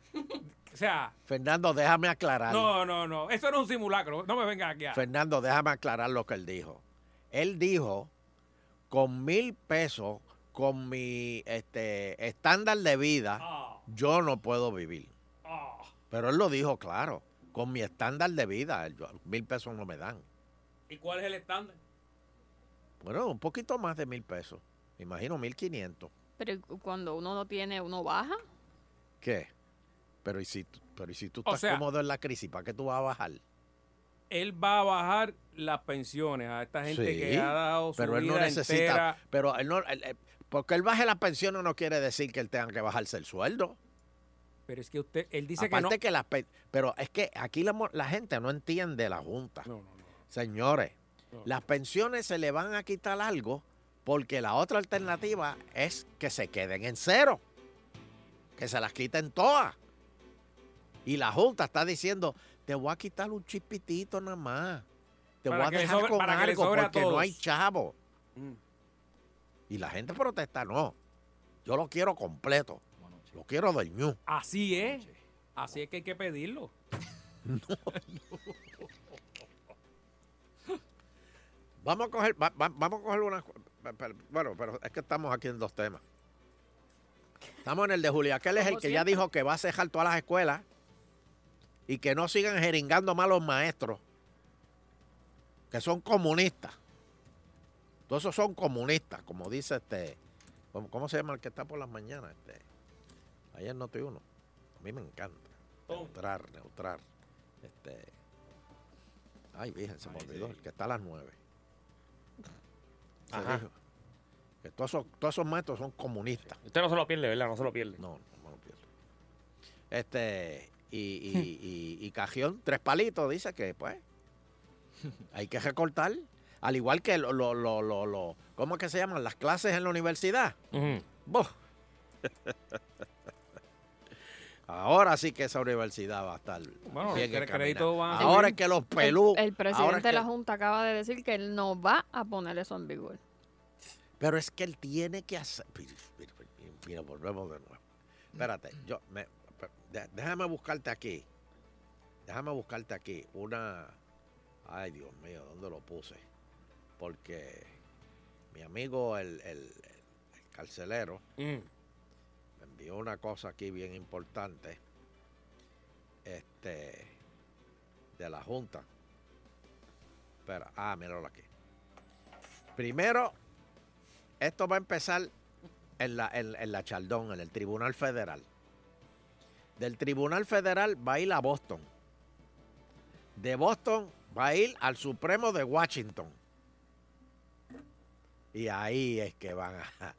O sea, Fernando, déjame aclarar. no, no, no. Eso era un simulacro. No me vengas aquí a... Fernando, déjame aclarar lo que él dijo. Él dijo, con mil pesos, con mi este estándar de vida, Ah. yo no puedo vivir. Pero él lo dijo claro, con mi estándar de vida, yo- mil pesos no me dan. ¿Y cuál es el estándar? Bueno, un poquito más de mil pesos, me imagino mil quinientos. Pero cuando uno no tiene, uno baja. ¿Qué? Pero y si, tú- pero ¿y si tú O estás sea- cómodo en la crisis, ¿para qué tú vas a bajar? Él va a bajar las pensiones a esta gente Sí, que ha dado su pero él vida no necesita, entera. pero él no, él- él- porque él baje las pensiones no quiere decir que él tenga que bajarse el sueldo. Pero es que usted, él dice Aparte que que, no. las pe- pero es que aquí la, mo- la gente no entiende la Junta. Señores, las pensiones se le van a quitar algo porque la otra alternativa es que se queden en cero. Que se las quiten todas. Y la Junta está diciendo, te voy a quitar un chispitito nada más. Te Para voy que a le dejar sobre- con para que le algo sobre a porque no todos. hay chavo. Mm. Y la gente protesta, no. Yo lo quiero completo. Lo quiero del ñu. Así es. Así es que hay <laughs> que pedirlo. Vamos a coger, va- va- vamos a coger una. pe- pe- Bueno, pero es que estamos aquí en dos temas. Estamos en el de Julia, que él es el Como que ya siempre. dijo que va a cejar todas las escuelas y que no sigan jeringando malos maestros, que son comunistas. Todos esos son comunistas, como dice este. ¿Cómo, cómo se llama el que está por las mañanas? Este, ayer no te uno. A mí me encanta. Oh. Neutrar, neutrar. Este. Ay, virgen, se me olvidó. El que está a las nueve. Se Ajá. dijo Que todos esos, todos esos maestros son comunistas. Usted no se lo pierde, ¿verdad? No se lo pierde. No, no me lo pierdo. Este, y, Hmm. y, y, y Cajión, tres palitos, dice que pues hay que recortar. Al igual que lo, lo, lo, lo- lo- ¿cómo es que se llaman? Las clases en la universidad. Boh. Ahora sí que esa universidad va a estar. Bueno, bien el cre- encaminada. crédito va- Ahora es que los pelú. El, el presidente Oh, ahora es de que- la Junta acaba de decir que él no va a poner eso en vigor. Pero es que él tiene que hacer. Mira, mira, mira, mira, volvemos de nuevo. Espérate, yo me- de- déjame buscarte aquí. Déjame buscarte aquí una. Ay, Dios mío, ¿dónde lo puse? Porque mi amigo el, el, el carcelero me envió una cosa aquí bien importante. Este. De la Junta. Espera, ah, míralo aquí. Primero, esto va a empezar en la, en, en la Chaldón, en el Tribunal Federal. Del Tribunal Federal va a ir a Boston. De Boston va a ir al Supremo de Washington. Y ahí es que van a...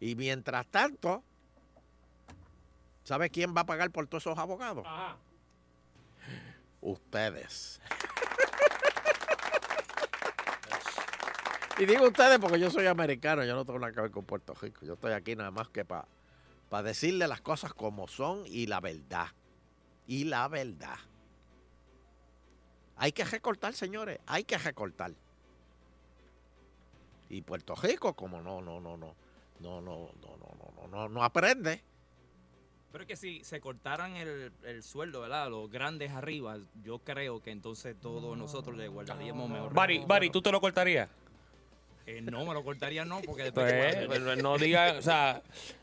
Y mientras tanto, ¿sabe quién va a pagar por todos esos abogados? Ajá. Ustedes. Y digo ustedes porque yo soy americano, yo no tengo nada que ver con Puerto Rico. Yo estoy aquí nada más que para decirle las cosas como son y la verdad. Y la verdad. Hay que recortar, señores, hay que recortar. Y Puerto Rico, como no, no, no, no. No, no, no, no, no, no, no, no aprende. Pero es que si se cortaran el, el sueldo, ¿verdad? Los grandes arriba, yo creo que entonces todos nosotros le guardaríamos mejor. Bari, recuerdo. Bari, ¿tú te lo cortarías? Eh, no, me lo cortaría no, porque después... Pues, pero no digas, <laughs> o sea,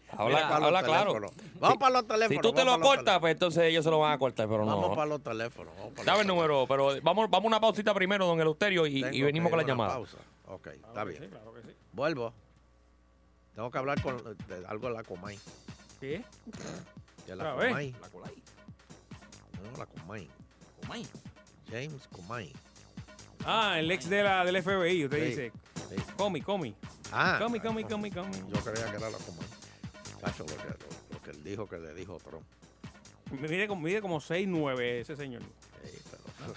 habla, Mira, para habla los claro. teléfonos. Vamos Si- para los Si teléfonos, tú te vamos lo para los cortas, pues entonces ellos se lo van a cortar, pero no. Vamos para los teléfonos. Vamos para Dame el número, pero vamos, vamos a una pausita primero, don Eleuterio, y, y Tengo venimos que con la ir a una <laughs> llamada. pausa. Ok, Ah, está bien. Vuelvo. Tengo que hablar con de algo de la Comay. ¿Qué? De la Otra vez. Comay. <laughs> La Comay. Pues. No, la Comay. Comay. James Comay. Ah, el ex de la, del FBI, usted Sí, dice. sí. Comi, comi. Ah. Comi, comi, comi, comi. Yo creía que era la Comay. Chacho, lo que, lo, lo que él dijo que le dijo Trump. <laughs> Mide como, mide como 6'9 ese señor. Ey, pero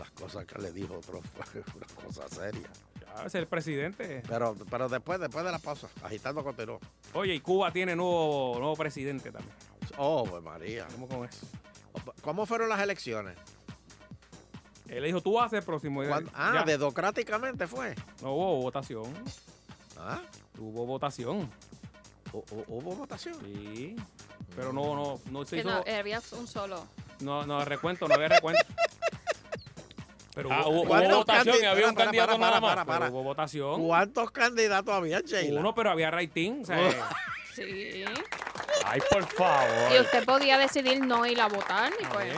las cosas que le dijo Trump fue una cosa seria. Ah, Es el presidente. Pero, pero después, después de la pausa, agitando continuó. Oye, y Cuba tiene nuevo, nuevo presidente también. Oh, pues María. ¿Cómo con eso? ¿Cómo fueron las elecciones? Él dijo, tú vas a ser el próximo. ¿Cuándo? Ah, Ya. democráticamente fue. No hubo votación. Ah. Hubo votación. ¿Hubo votación? Sí. Pero no, no, no se Que hizo. no, había un solo. No, no, recuento, no había recuento. Pero Ah, hubo- hubo ¿Cuántos votación y candid- había un para, candidato para, nada para, más. para, para. Pero Hubo votación. ¿Cuántos candidatos había, Sheila? Uno, pero había rating. o sea, eh, Sí. Ay, por favor. Y usted podía decidir no ir a votar, y pues.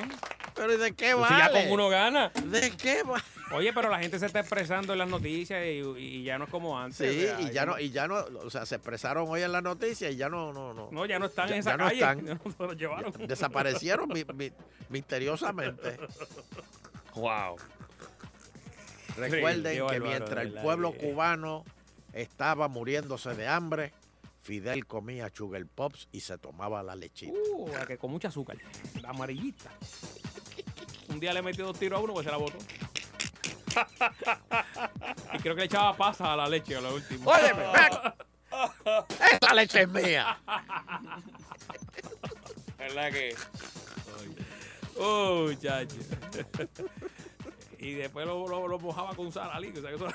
Pero ¿de qué Si ya con uno gana. ¿De qué va? Oye, pero la gente se está expresando en las noticias y, y ya no es como antes. o Sí, sea, y ya no, y ya no, o sea, se expresaron hoy en la noticia y ya no, no, no. No, ya no están en esa ya no calle. <laughs> están. Se los llevaron. Desaparecieron mi- mi- misteriosamente. Wow. Recuerden Sí, qué que bárbaro, de mientras el verdad pueblo que- cubano estaba muriéndose de hambre, Fidel comía sugar pops y se tomaba la lechita. Uh, la que con mucha azúcar. La amarillita. Un día le metió dos tiros a uno, pues se la botó. <laughs> y creo que le echaba pasa a la leche a lo último. <laughs> Óyeme, ¡Esa leche es mía! ¿Verdad que? Oh, muchacho. y después lo, lo, lo mojaba con salali. O <laughs> sea, que eso...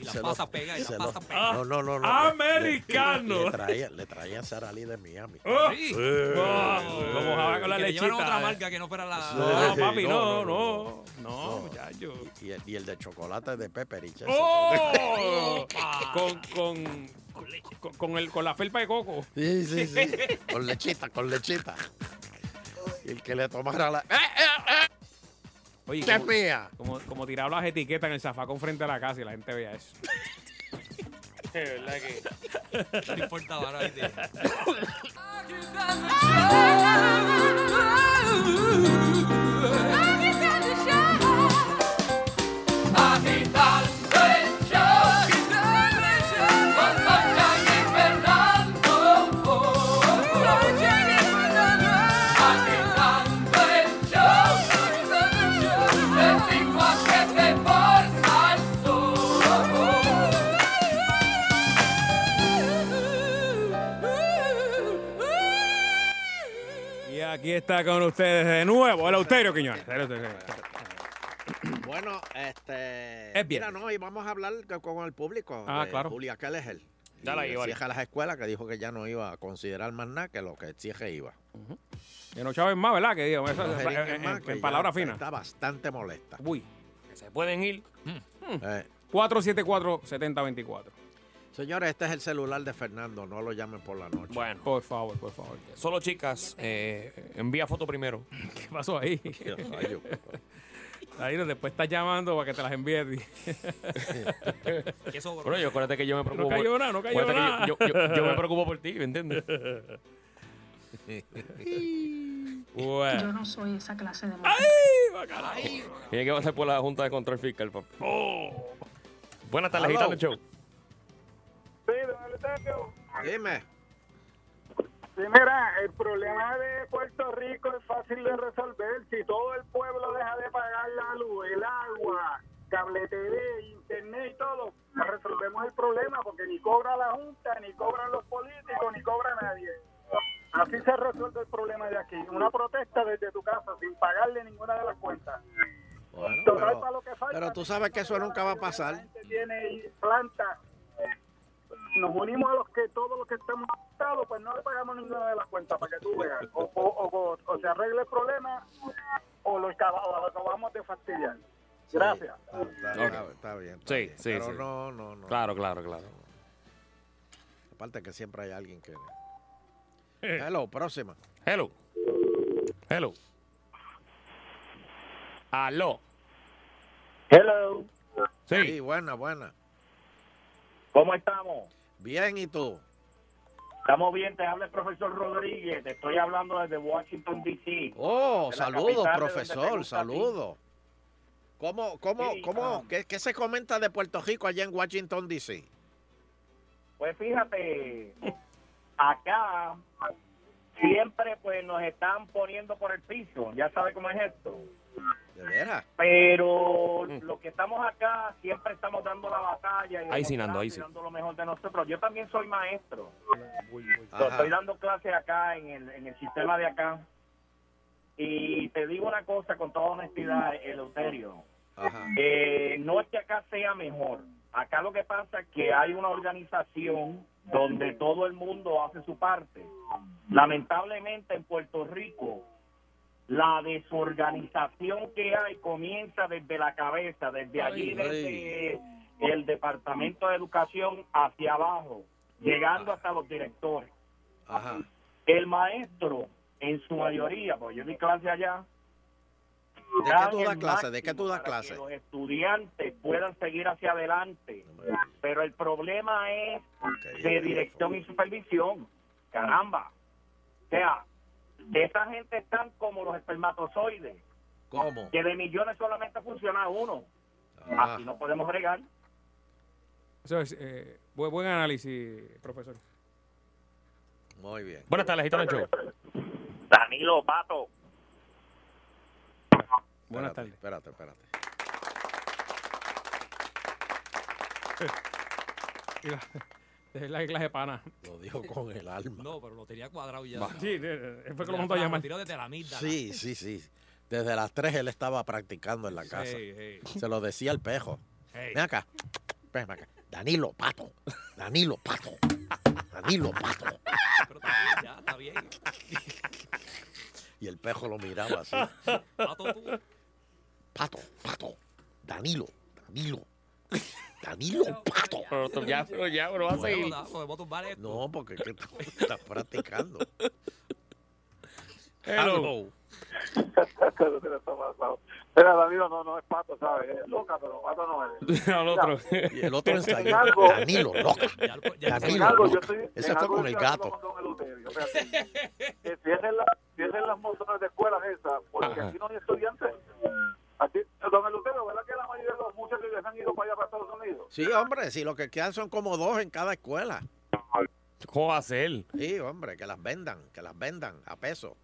Y la Se lo- pasa pega, y se la lo- Ah, pasa pega. No, no, no, no. ¡Americano! Le, le traía, le traía Sara Lee de Miami. ¡Oh! Sí. Sí. Oh, lo mojaba con la Ah, Que le llevaron lechita, otra eh. marca que no fuera la... No, Sí, papi, no, no, no. No, muchacho. Y, el, y el de chocolate de Pepperich. ese. ¡Oh! <laughs> con, con, con, con el, con la felpa de coco. Sí, sí, sí. con lechita, con lechita. Y el que le tomara la. ¡Eh! Oye, ¡Esta es como- mía! Como, como tiraba las etiquetas en el zafacón frente a la casa y la gente veía eso. <laughs> ¿Verdad que? <laughs> No importa, ahora, ¿viste? <laughs> Agitando el show. Con Sunshine y Fernando. Agitando el show. De cinco a siete por Salsón. Y aquí está con ustedes de nuevo el Auterio Quiñones. El Eleuterio Quiñones. <laughs> Bueno, este. Es bien. Mira, no, y vamos a hablar que- con el público. Ah, de claro. Julia Keller. Ya la Y llevaré. Cierra las escuelas que dijo que ya no iba a considerar más nada que lo que cierre iba. Que no chaven más, ¿verdad? Que digo, eso- No en- jeringues en, más, que ya palabras finas. Está bastante molesta. Uy. Se pueden ir. Hmm. Eh, 474-7024. señores, este es el celular de Fernando. No lo llamen por la noche. Bueno, Por favor, por favor. solo chicas, eh, envía foto primero. <laughs> ¿Qué <laughs> pasó ahí? Ahí no, después estás llamando para que te <laughs> las envíes. Que eso, bro. Bueno, yo acuérdate que yo me preocupo. cayó nada, no cayó acuérdate que nada. Yo, yo- yo- yo <laughs> me preocupo por ti, ¿me entiendes? bueno. Yo no soy esa clase de mujer. ¡Ay, bacalao! Tiene que pasar por la Junta de Control Fiscal, papá. Oh. Buenas tardes, Hello. Gitano Show. Sí, don Eleuterio. Dime. Sí, mira, el problema de Puerto Rico es fácil de resolver. Si todo el pueblo deja de pagar la luz, el agua, cable TV, internet y todo, pues resolvemos el problema porque ni cobra la Junta, ni cobran los políticos, ni cobra nadie. Así se resuelve el problema de aquí. Una protesta desde tu casa sin pagarle ninguna de las cuentas. Bueno, Total, pero, para lo que falta, pero tú sabes que eso nunca va a pasar. tiene planta eh, nos unimos a los que todos los que estamos afectados, pues no le pagamos ninguna de las cuentas para que tú veas. O, o, o, o se arregle el problema o lo, acaba- o lo acabamos de fastidiar. Gracias. Está, está- está bien. está Sí, bien. sí, Pero sí. no, no, no. Claro, claro, claro. Aparte que siempre hay alguien que... Hello, próxima. Eh. Hello. Hello. Aló. Hello. Sí. buena, buena. ¿Cómo estamos? Bien, ¿y tú? Estamos bien, te habla el profesor Rodríguez, te estoy hablando desde Washington, D.C. Oh, de la capital saludos, de donde te profesor, gusta a ti. saludos. ¿Cómo, cómo, Sí, cómo, ah. qué, qué se comenta de Puerto Rico allá en Washington, D.C.? Pues fíjate, acá siempre pues nos están poniendo por el piso, ya sabes cómo es esto. ¿De veras? Pero los que estamos acá siempre estamos dando la batalla y Mm. Ahí sí, Nando, demostrando ahí y sí. dando lo mejor de nosotros. Yo también soy maestro. Ajá. Estoy dando clases acá en el, en el sistema de acá. Y te digo una cosa con toda honestidad, Eleuterio. Eh, no es que acá sea mejor. Acá lo que pasa es que hay una organización donde todo el mundo hace su parte. Lamentablemente en Puerto Rico la desorganización que hay comienza desde la cabeza, desde allí, Ay, desde el Departamento de Educación hacia abajo, llegando hasta los directores. El maestro, en su mayoría, porque yo di clase allá, ¿De dan qué tú el das clase? ¿De qué máximo tú das para clase? que los estudiantes puedan seguir hacia adelante. Pero el problema es de dirección y supervisión. Caramba. O sea, esa gente están como los espermatozoides, ¿Cómo? que de millones solamente funciona uno. Así no podemos bregar. Eso es eh, bu- buen análisis, profesor. Muy bien. Buenas tardes, Gitano Show. Danilo Pato. Buenas tardes. Espérate, espérate. De verdad que clase de pana. Lo dijo con el alma. No, pero lo tenía cuadrado ya. Va. Sí, de- fue que lo mandó montó a llamar. Tiró ah, desde la amígdala. Sí, sí, sí. Desde las 3 él estaba practicando en la casa. sí. Se lo decía el pejo. Hey. Ven acá. Ven acá. Danilo Pato. Danilo Pato. Danilo Pato. Pero está bien, ya, está bien. Y el pejo lo miraba así. Pato, tú. Pato, Pato. Danilo, Danilo. <laughs> Danilo Pato. Pero ya, pero ya, pero va a Bueno, seguir. da, podemos tumbar esto. No, porque es que tú estás practicando. Hello. Pero Danilo no, no es pato, ¿sabes? Es loca, pero pato no es. Al otro. Y el otro En ensayó. algo- Danilo, loca. en Danilo, algo yo loca. estoy- en Ese fue algo con yo el estoy gato. hablando con don Eleuterio, fíjate. Que cierren, la- cierren las montones de escuelas esas, porque Ajá. aquí no hay estudiantes. Aquí, don Eleuterio, ¿verdad que la mayoría de los muchachos ya se han ido para allá, para Estados Unidos? Sí, hombre, si lo que quedan son como dos en cada escuela. ¿Cómo va a ser? Sí, hombre, que las vendan, que las vendan a peso.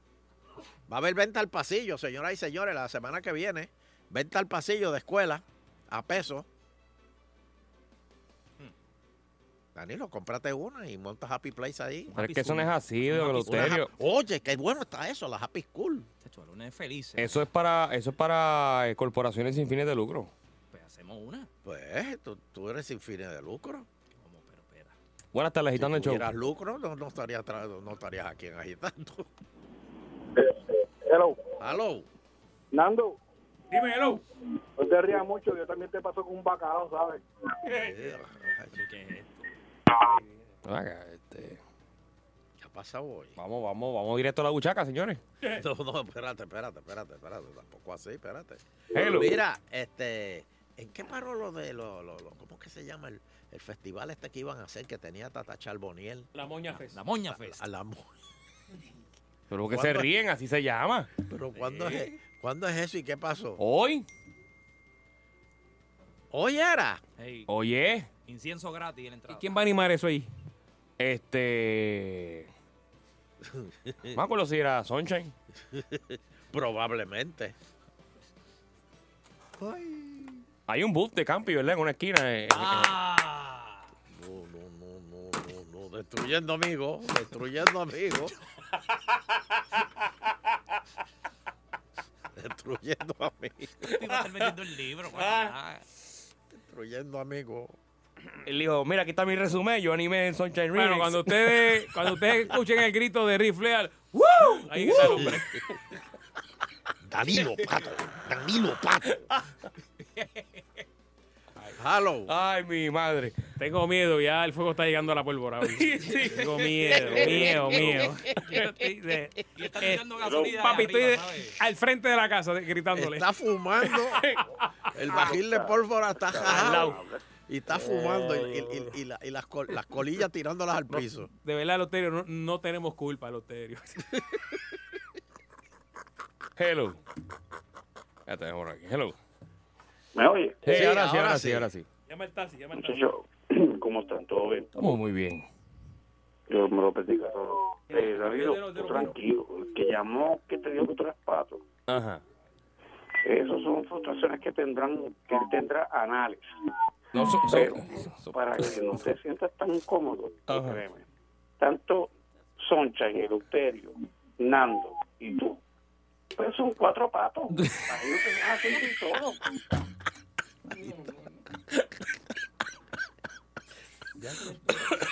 Va a haber venta al pasillo, señoras y señores, la semana que viene. Venta al pasillo de escuela a peso. Danilo, cómprate una y monta Happy Place ahí. Pero es que eso no es así, de Eleuterio. Oye, qué bueno está eso, las Happy School. Cholón es feliz. Eso es para, eso es para eh, corporaciones sin fines de lucro. Pues hacemos una. Pues, tú, tú eres sin fines de lucro. Buenas tardes, Gitano Si Show. tuvieras lucro, no, no estarías, tra- no estarías aquí en agitando. Hello. Hello. Nando. Dime, hello. No te rías mucho, yo también te paso con un bacalao, ¿sabes? Eh. <clears throat> Ven acá, este, ¿Qué ha pasado hoy? Vamos, vamos, vamos directo a la buchaca, señores. No, no, espérate, espérate, espérate, espérate. Tampoco así, espérate. Hello. Mira, este, ¿en qué paró lo de lo, lo, lo- cómo es que se llama el, el festival este que iban a hacer que tenía Tata Charboniel? La Moña Fest. La Moña Fest. A la mo- Pero que se ¿Cuándo? ríen, así se llama. Pero ¿cuándo es, e, ¿cuándo es eso y qué pasó? Hoy, Hoy era. Hey, oye. incienso gratis en la entrada. ¿Quién va a <laughs> animar eso ahí? Este. no Me acuerdo si era Sunshine. <laughs> Probablemente. Hay un booth de Campi, ¿verdad? En una esquina. eh, eh, Ah. No, no, no, no, no, no. Destruyendo amigos, destruyendo amigos. destruyendo amigos. Tú ibas a estar vendiendo el libro. para nada. destruyendo amigos. Él dijo, mira, aquí está mi resumen, yo animé en Sunshine Remix. Bueno, cuando ustedes, <laughs> cuando ustedes <laughs> escuchen el grito de rifle al ¡Woo! Ahí que está el hombre. Danilo Pato. Danilo Pato. Hello. Ay, mi madre. Tengo miedo, ya el fuego está llegando a la <laughs> pólvora. hoy. Tengo miedo, <laughs> miedo, miedo. eh, Papi, estoy de- al frente de la casa de- gritándole. Está fumando. El bajil de pólvora está jalado. Y está fumando. Y, y- y- y la- y las, col- las colillas tirándolas al piso. De verdad, Loterio, no, no tenemos <laughs> culpa, Loterio. Hello. Ya tenemos por aquí. Hello. ¿Me oye? Sí, Sí, ahora sí, ahora ahora sí. sí, ahora sí. Llama el taxi, llama el taxi. Muchachos, ¿cómo están? ¿Todo bien? Estamos muy bien. Yo me lo pedí todo. pues, Eh, Danilo, tú tranquilo. El que llamó, que te dio tres patos. Ajá. Esas son frustraciones que tendrán, que tendrá análisis. No, so- Pero so- para que no te sientas tan cómodo, créeme. Tanto Soncha y Eleuterio, Nando y tú, pues son cuatro patos. Ahí no te vas a sentir solo.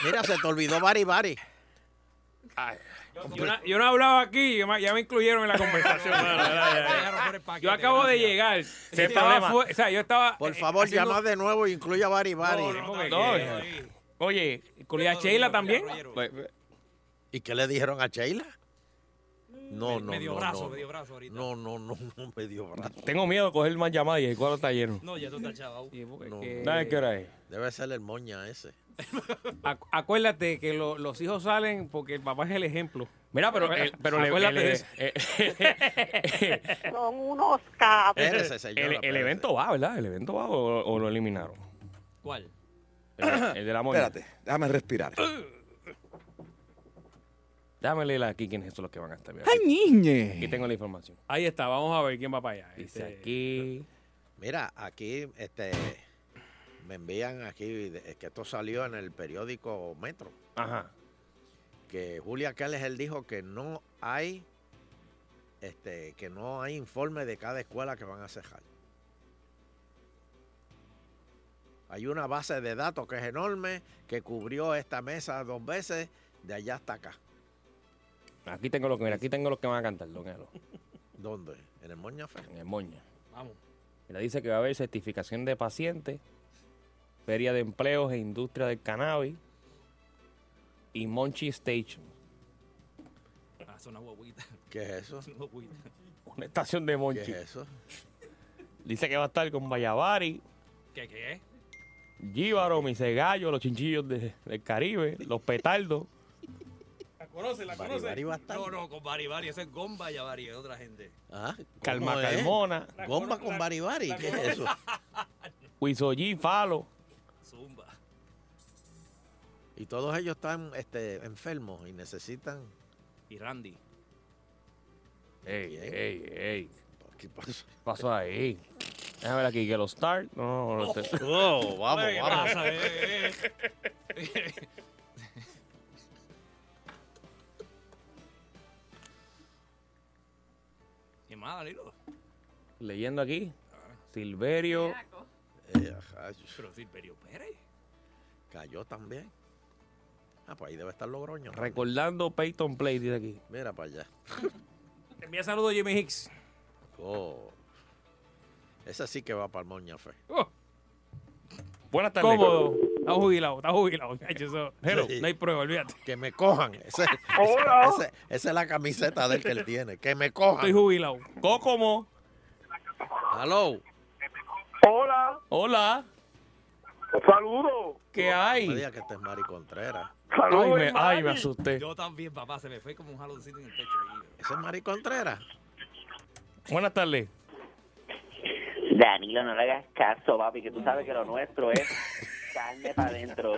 Mira, se te olvidó Bari Bari. Yo no, yo no hablaba aquí, ya me- ya me incluyeron en la <laughs> conversación. mano, de verdad, ya, ya. yo acabo de llegar. Estaba problema. fue- o sea, yo estaba. eh, Por favor, haciendo- llama de nuevo e incluya Bari Bari. no, no. Oye, con la Sheila también. ¿Y qué le dijeron a Sheila? Mm, No, no, medio no, brazo, no. medio brazo ahorita. No, no, no, no, medio brazo. Tengo miedo de coger más llamadas y el cuadro está lleno. No, ya tú estás chavo. No. ¿Sabes qué hora es? Debe ser el moña ese. <laughs> Acu- Acuérdate que lo- los hijos salen porque el papá es el ejemplo. Mira, pero, eh, pero le- Acuérdate le- de eso. <laughs> eh, Son unos Ah, pues, cabros. Eh, El- el, evento va, ¿verdad? El evento va o, o lo eliminaron. ¿Cuál? El, el de la moña. Espérate, déjame respirar. Déjame leer aquí quiénes son los que van a estar. Mira, ¡Ay, aquí- niñe! Aquí tengo la información. Ahí está, vamos a ver quién va para allá. Dice Este, aquí. Mira, aquí este me envían aquí de- es que esto salió en el periódico Metro. Ajá. Que Julia Cales él dijo que no hay este que no hay informe de cada escuela que van a cejar. Hay una base de datos que es enorme que cubrió esta mesa dos veces de allá hasta acá. Aquí tengo lo que, mira, aquí tengo los que van a cantar, don Elo. ¿Dónde? En el Moña Fest? En el Moña. Vamos. Mira, dice que va a haber certificación de pacientes, feria de empleos e industria del cannabis y Monchi Station, Ah, son una guaguita. ¿Qué es eso? Una guaguita. una estación de Monchi. ¿Qué es eso? Dice que va a estar con Vallabari, ¿Qué, qué? Gíbaro, Misegallo, los chinchillos de- del Caribe, los petardos. La conoce, la Bari, conoce. Bari va a estar. No, no, con Bari Bari, eso es Gomba y Bari, es otra gente. Ah, Calma ¿cómo es? Calmona. Gomba con Baribari, ¿qué es eso? Huizollí, Falo. <laughs> Zumba. Y todos ellos están este, enfermos y necesitan. Y Randy. Ey, ey, ey. ¿Qué pasó? Pasó ahí. Déjame ver aquí que los Star. No, no, no. te- <laughs> Oh, vamos, Oye, ¿qué vamos. pasa, eh, eh? <laughs> ¿Qué más, Danilo? Leyendo aquí. Silverio. Pero Silverio Pérez. eh, Cayó también. Ah, pues ahí debe estar Logroño. Recordando Peyton Play, dice aquí. Mira para allá. Te <laughs> envía saludos Jimmy Hicks. Oh. Esa sí que va para el Moña Fe. Buenas tardes. Cómodo. Está jubilado, está jubilado. muchacho, eso- Sí. No hay prueba, olvídate. Que me cojan. Ese- ese- Hola. ese- esa es la camiseta del que él tiene. Que me cojan. Estoy jubilado. Cócomo. Aló. Hola. Hola. Saludos. ¿Qué hay? No digas que este es Mari Contreras. Ay, me, ay, me asusté. Yo también, papá, se me fue como un jaloncito en el pecho. ¿Ese es Mari <laughs> Contreras? Buenas tardes. Danilo, no le hagas caso, papi, que tú sabes que lo nuestro es carne para adentro.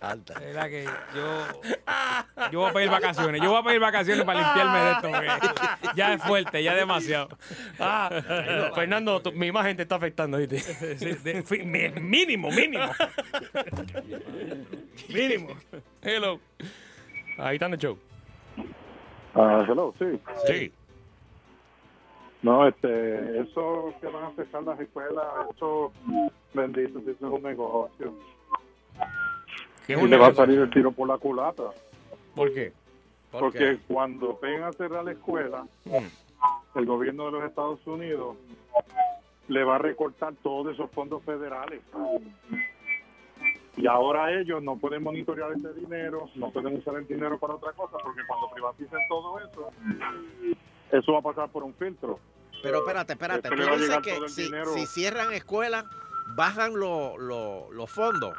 Alta. Era que yo, yo voy a pedir vacaciones. Yo voy a pedir vacaciones para limpiarme de esto. porque ya es fuerte, ya es demasiado. <laughs> Ah, Fernando, tu- mi imagen te está afectando, ¿viste? mínimo, mínimo. pues, mínimo. Hello. Ahí está en el show. Ah, hello, sí. Sí. No, este, eso que van a cerrar las escuelas, eso, bendito, eso es un negocio. ¿Qué es Y un le va a negocio? salir el tiro por la culata. ¿Por qué? Porque cuando vengan a cerrar la escuela, el gobierno de los Estados Unidos le va a recortar todos esos fondos federales. Y ahora ellos no pueden monitorear ese dinero, no pueden usar el dinero para otra cosa, porque cuando privaticen todo eso, eso va a pasar por un filtro. Pero espérate, espérate. Después le Tú va a dices llegar todo que el si, dinero. si cierran escuelas, bajan lo- lo- los fondos.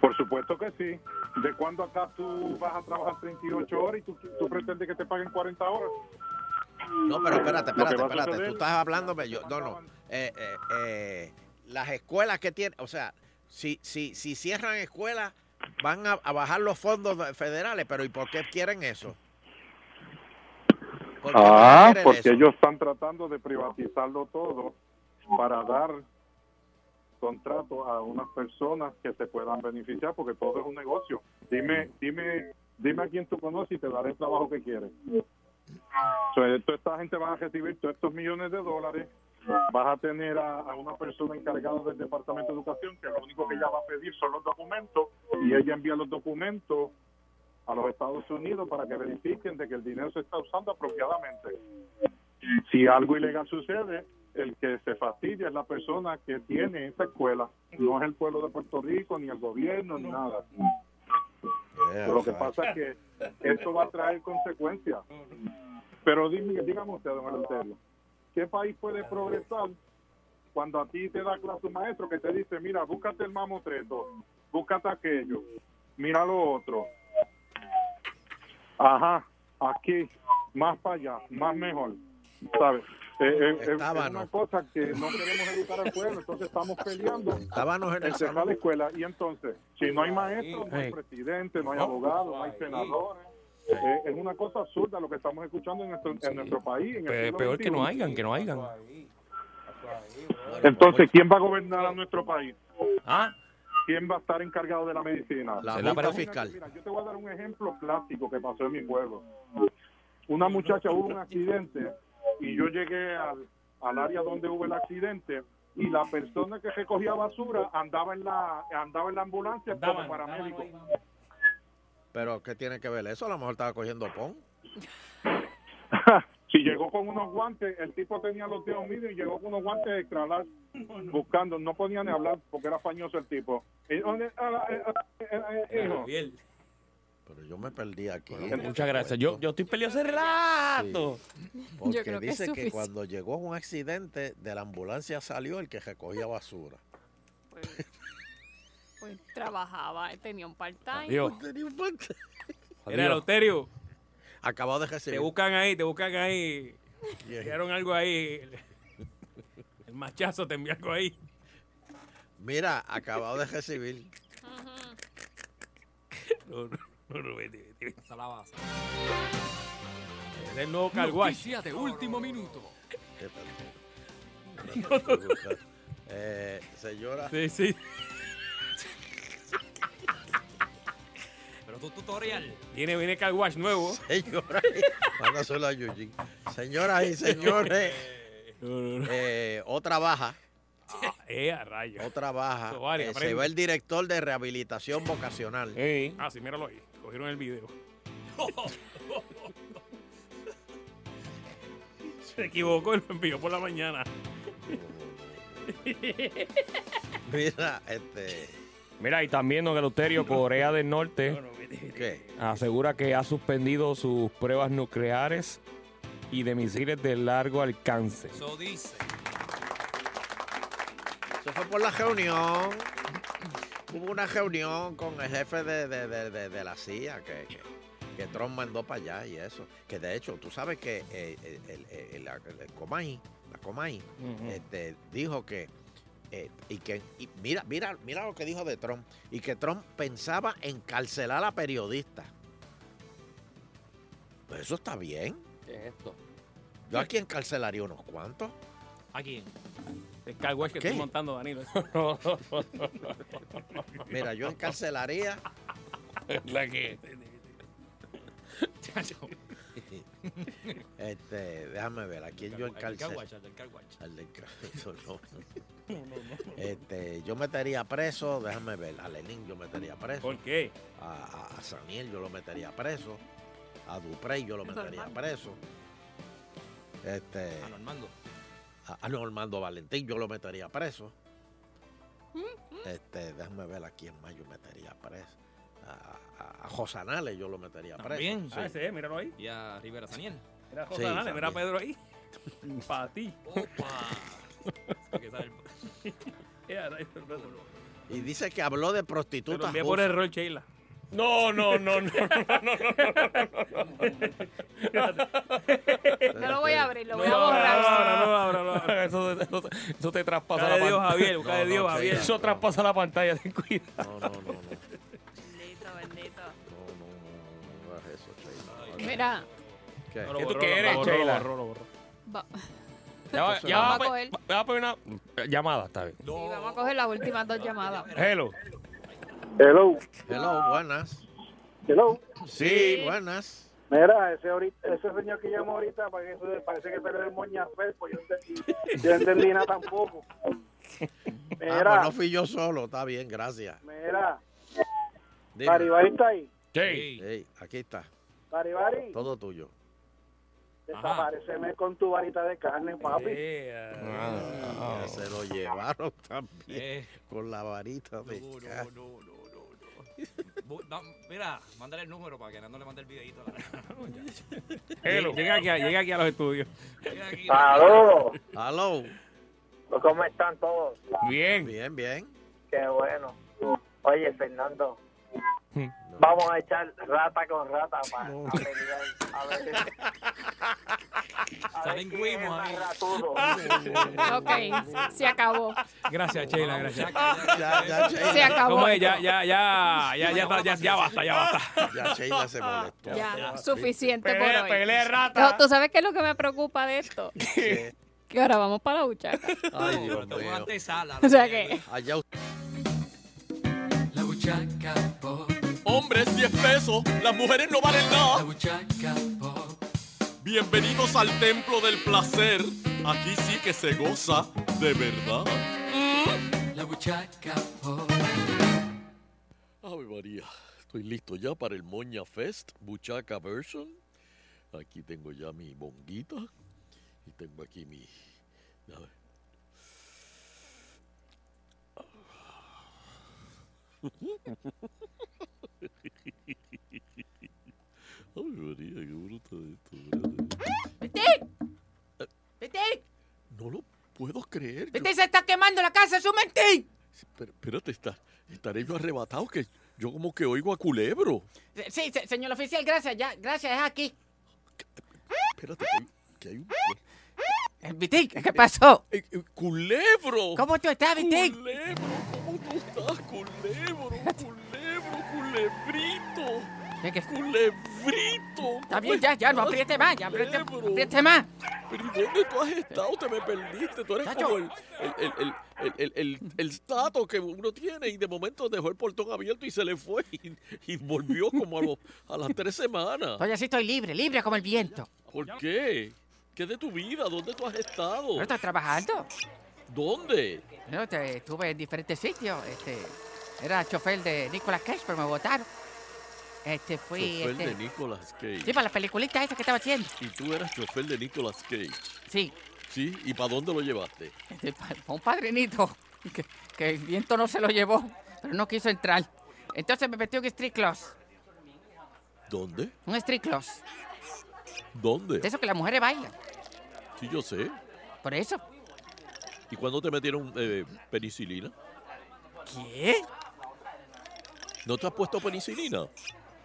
Por supuesto que sí. ¿De cuándo acá tú vas a trabajar 38 horas y tú, tú pretendes que te paguen 40 horas? No, pero espérate, Lo que espérate, va a espérate. suceder- Tú estás hablándome. Yo, no, no. Eh, eh, eh, las escuelas que tienen, o sea, si, si, si cierran escuelas, van a, a bajar los fondos de- federales, pero ¿y por qué quieren eso? ¿Por qué van a Ah, querer porque eso? ellos están tratando de privatizarlo todo para dar contrato a unas personas que se puedan beneficiar, porque todo es un negocio. Dime, dime, dime a quién tú conoces y te daré el trabajo que quieres. O sea, toda esta gente va a recibir todos estos millones de dólares. Vas a tener a, a una persona encargada del Departamento de Educación que lo único que ella va a pedir son los documentos y ella envía los documentos a los Estados Unidos para que verifiquen de que el dinero se está usando apropiadamente. Si algo ilegal sucede, el que se fastidia es la persona que tiene esa escuela, no es el pueblo de Puerto Rico, ni el gobierno, ni nada. Lo que pasa es que esto va a traer consecuencias. Pero dime, dígame usted, don Eleuterio, ¿qué país puede progresar cuando a ti te da clase un maestro que te dice, mira, búscate el mamotreto, búscate aquello, mira lo otro? Ajá, aquí, más para allá, más mejor, ¿sabes? Eh, eh, es- es una cosa que no queremos educar al pueblo, entonces estamos peleando Estábamos en el cerrar salón. la escuela. Y entonces, si no hay maestros, no hay presidente, no Oh. hay abogado, no hay senadores. Eh, es una cosa absurda lo que estamos escuchando en nuestro, en nuestro país. en el Pe- siglo Peor que no XXI. hayan, que no hayan. Entonces, ¿quién va a gobernar a nuestro país? ¿Ah? ¿Quién va a estar encargado de la medicina? La Junta Mira, Fiscal. Mira, yo te voy a dar un ejemplo clásico que pasó en mi pueblo. Una muchacha hubo un accidente y yo llegué al, al área donde hubo el accidente y la persona que recogía basura andaba en la andaba en la ambulancia como paramédico. Pero ¿qué tiene que ver eso? A lo mejor estaba cogiendo pon. Si llegó con unos guantes, el tipo tenía los dedos míos y llegó con unos guantes de cralar buscando, no podía ni hablar porque era pañoso el tipo. Y, "¿Dónde- ah, eh, ah, eh, eh, eh, hijo?" Pero yo me perdí aquí. este Muchas gracias. Yo, yo estoy peleando hace rato. Porque dice que, <laughs> cuando llegó un accidente, de la ambulancia salió el que recogía basura. Pues trabajaba, tenía un part-time. Adiós. Era Eleuterio. Acabado de recibir. Te buscan ahí, te buscan ahí. Dieron algo ahí. El machazo te envió algo ahí. Mira, acabado de recibir. No, no, no, no, vete, vete, vete. Es el nuevo carguay. Noticia de último minuto. <laughs> Eh, señora. Sí, sí. Pero tu tutorial. Viene, viene carguay nuevo. <laughs> Señora. Mándaselo a Eugene. Señoras y <laughs> señores, eh, otra baja. Ah, Otra baja. eh, Eso vale, Eh, se aprende. va el director de rehabilitación vocacional. Ah, sí, míralo ahí. Cogieron el video. Se equivocó y lo envió por la mañana. Mira, este. Mira, y también, don Eleuterio, Corea del Norte ¿Qué? asegura que ha suspendido sus pruebas nucleares y de misiles de largo alcance. Eso dice. Eso fue por la reunión. Hubo una reunión con el jefe de, de- de- de- de la CIA que, que, que Trump mandó para allá y eso. Que de hecho, tú sabes que eh, el, el- el- la- el Comay, la Comay, Ujú. este, dijo que. eh, y que y mira, mira, mira lo que dijo de Trump. Y que Trump pensaba encarcelar a periodistas. Pues eso está bien. ¿Qué es esto? Yo aquí encarcelaría unos cuantos. ¿A quién? El carguay que ¿Qué? estoy montando, Danilo. <laughs> Mira, yo encarcelaría. ¿La que Este, déjame ver, ¿a quién yo El del encarcel? carguacha, el del carguacha. Al del ca- eso <laughs> no. Este, yo metería preso, déjame ver, a Lenin yo metería preso. ¿Por qué? A, a, a Saniel yo lo metería preso. A Duprey yo lo metería Normando. preso. Este, A Normando. a, a Normando Valentín yo lo metería preso. Este, déjame ver a quién más yo metería preso. A, a, a Josanales yo lo metería preso. También. sí. Ah, ese es, míralo ahí. Y a Rivera Saniel. Mira a José Sí, Anales, mira a también. Pedro ahí. <laughs> Para ti. <laughs> Ya, ahí está el brazo. Y dice que habló de Te lo prostitutas. envié por rusas. error, Sheila. No, no, no, no, no, no, <laughs> No lo voy a abrir, lo voy a borrar. <laughs> Eso, eso- eso te traspasa Cae la Dios, pantalla. Javier, cae Dios, Javier. Eso traspasa la pantalla, ten No, cuidado. no, no. Bendito, bendito. No hagas eso, Sheila. Mira, ¿Qué? ¿Qué tú quieres, Sheila? va- Ya va, ya vamos a va pues. a pe- coger, va- va a pedir una eh, llamada, está bien. sí, vamos a coger las últimas dos llamadas. Hello. Hello. Hello, buenas. Hello. Sí, buenas. Ah, Mira, ese, ahorita, ese señor que llamó ahorita parece, parece que perdió el moña pues yo, entendí- yo entendí nada tampoco. Ah, Mira. pues no fui yo solo, está bien, gracias. Mira, Dime. Baribari está ahí. Sí. Sí, aquí está, Baribari, todo tuyo. desapareceme con tu varita de carne, papi. Ya se lo llevaron <laughs> también Eh. con la varita de No, no, carne. no, no, no, no. Bu- da- Mira, mándale el número para que Nando le mande el videito. a <laughs> la- Llega llega aquí, a- llega aquí a los estudios. Llega aquí. Aló. Aló. ¿Cómo están todos? Bien. Bien, bien. Qué bueno. Oye, <laughs> Fernando, vamos a echar rata con rata para a ver, a ver quién es más ratudo. Ok, se acabó. Gracias, Sheila, gracias. Ya, ya, Sheila. Se acabó. ¿Cómo es? Ya, ya, ya, ya, ya, ya, ya, ya basta, ya basta. Ya Sheila se molestó. Ya, suficiente Pelea, por hoy. pelea, rata. No, ¿Tú sabes qué es lo que me preocupa de esto? Que ahora vamos para la buchaca. Ay, Pero Dios te voy a mío. antesala, <laughs> O sea que... Allá usted. La buchaca pop, Hombres 10 pesos, las mujeres no valen nada. buchaca pop. Bienvenidos al templo del placer. Aquí sí que se goza de verdad. La buchaca pop. Ave María, estoy listo ya para el Moña Fest, Buchaca Version. Aquí tengo ya mi bonguita y tengo aquí mi... a ver. <laughs> Ave María, qué bruto esto. espérate. ¡Vete! No lo puedo creer. yo- ¡Vete! ¡Se está quemando la casa! ¡Súmete! pero, espérate, está- estaré yo arrebatado que yo como que oigo a culebro. Sí, se- señor oficial, gracias, ya, gracias, es aquí. Espérate, que hay, que hay un... Vitic, Eh, Eh, ¿qué pasó? ¡Culebro! ¿Cómo tú estás, Vitic? Culebro, ¿cómo tú estás? Culebro, culebro, culebrito. ¿Qué, qué? Culebrito. Eh, Está bien, ya, ya, no apriete más, ya apriete, Culebro. apriete más. Pero ¿y dónde tú has estado? Te me perdiste. Tú eres Chacho. como el, el, el, el, el, el, el tato que uno tiene y de momento dejó el portón abierto y se le fue y, y volvió como a, los- a las tres semanas. Estoy así, estoy libre, libre como el viento. ¿Por qué? ¿Qué de tu vida? ¿Dónde tú has estado? ¿No estás trabajando? ¿Dónde? Bueno, te- estuve en diferentes sitios. Este, era chofer de Nicolas Cage, pero me votaron. Este, fui... chofer este, de Nicolas Cage. Sí, para las peliculitas esas que estaba haciendo. Y tú eras chofer de Nicolas Cage. Sí. ¿Sí? ¿Y para dónde lo llevaste? <laughs> Este, pa- pa un padrinito que, que el viento no se lo llevó, pero no quiso entrar. Entonces me metió en un street close. ¿Dónde? Un street close. ¿Dónde? De eso que las mujeres bailan. Sí, yo sé. Por eso. ¿Y cuándo te metieron eh, penicilina? ¿Qué? ¿No te has puesto penicilina?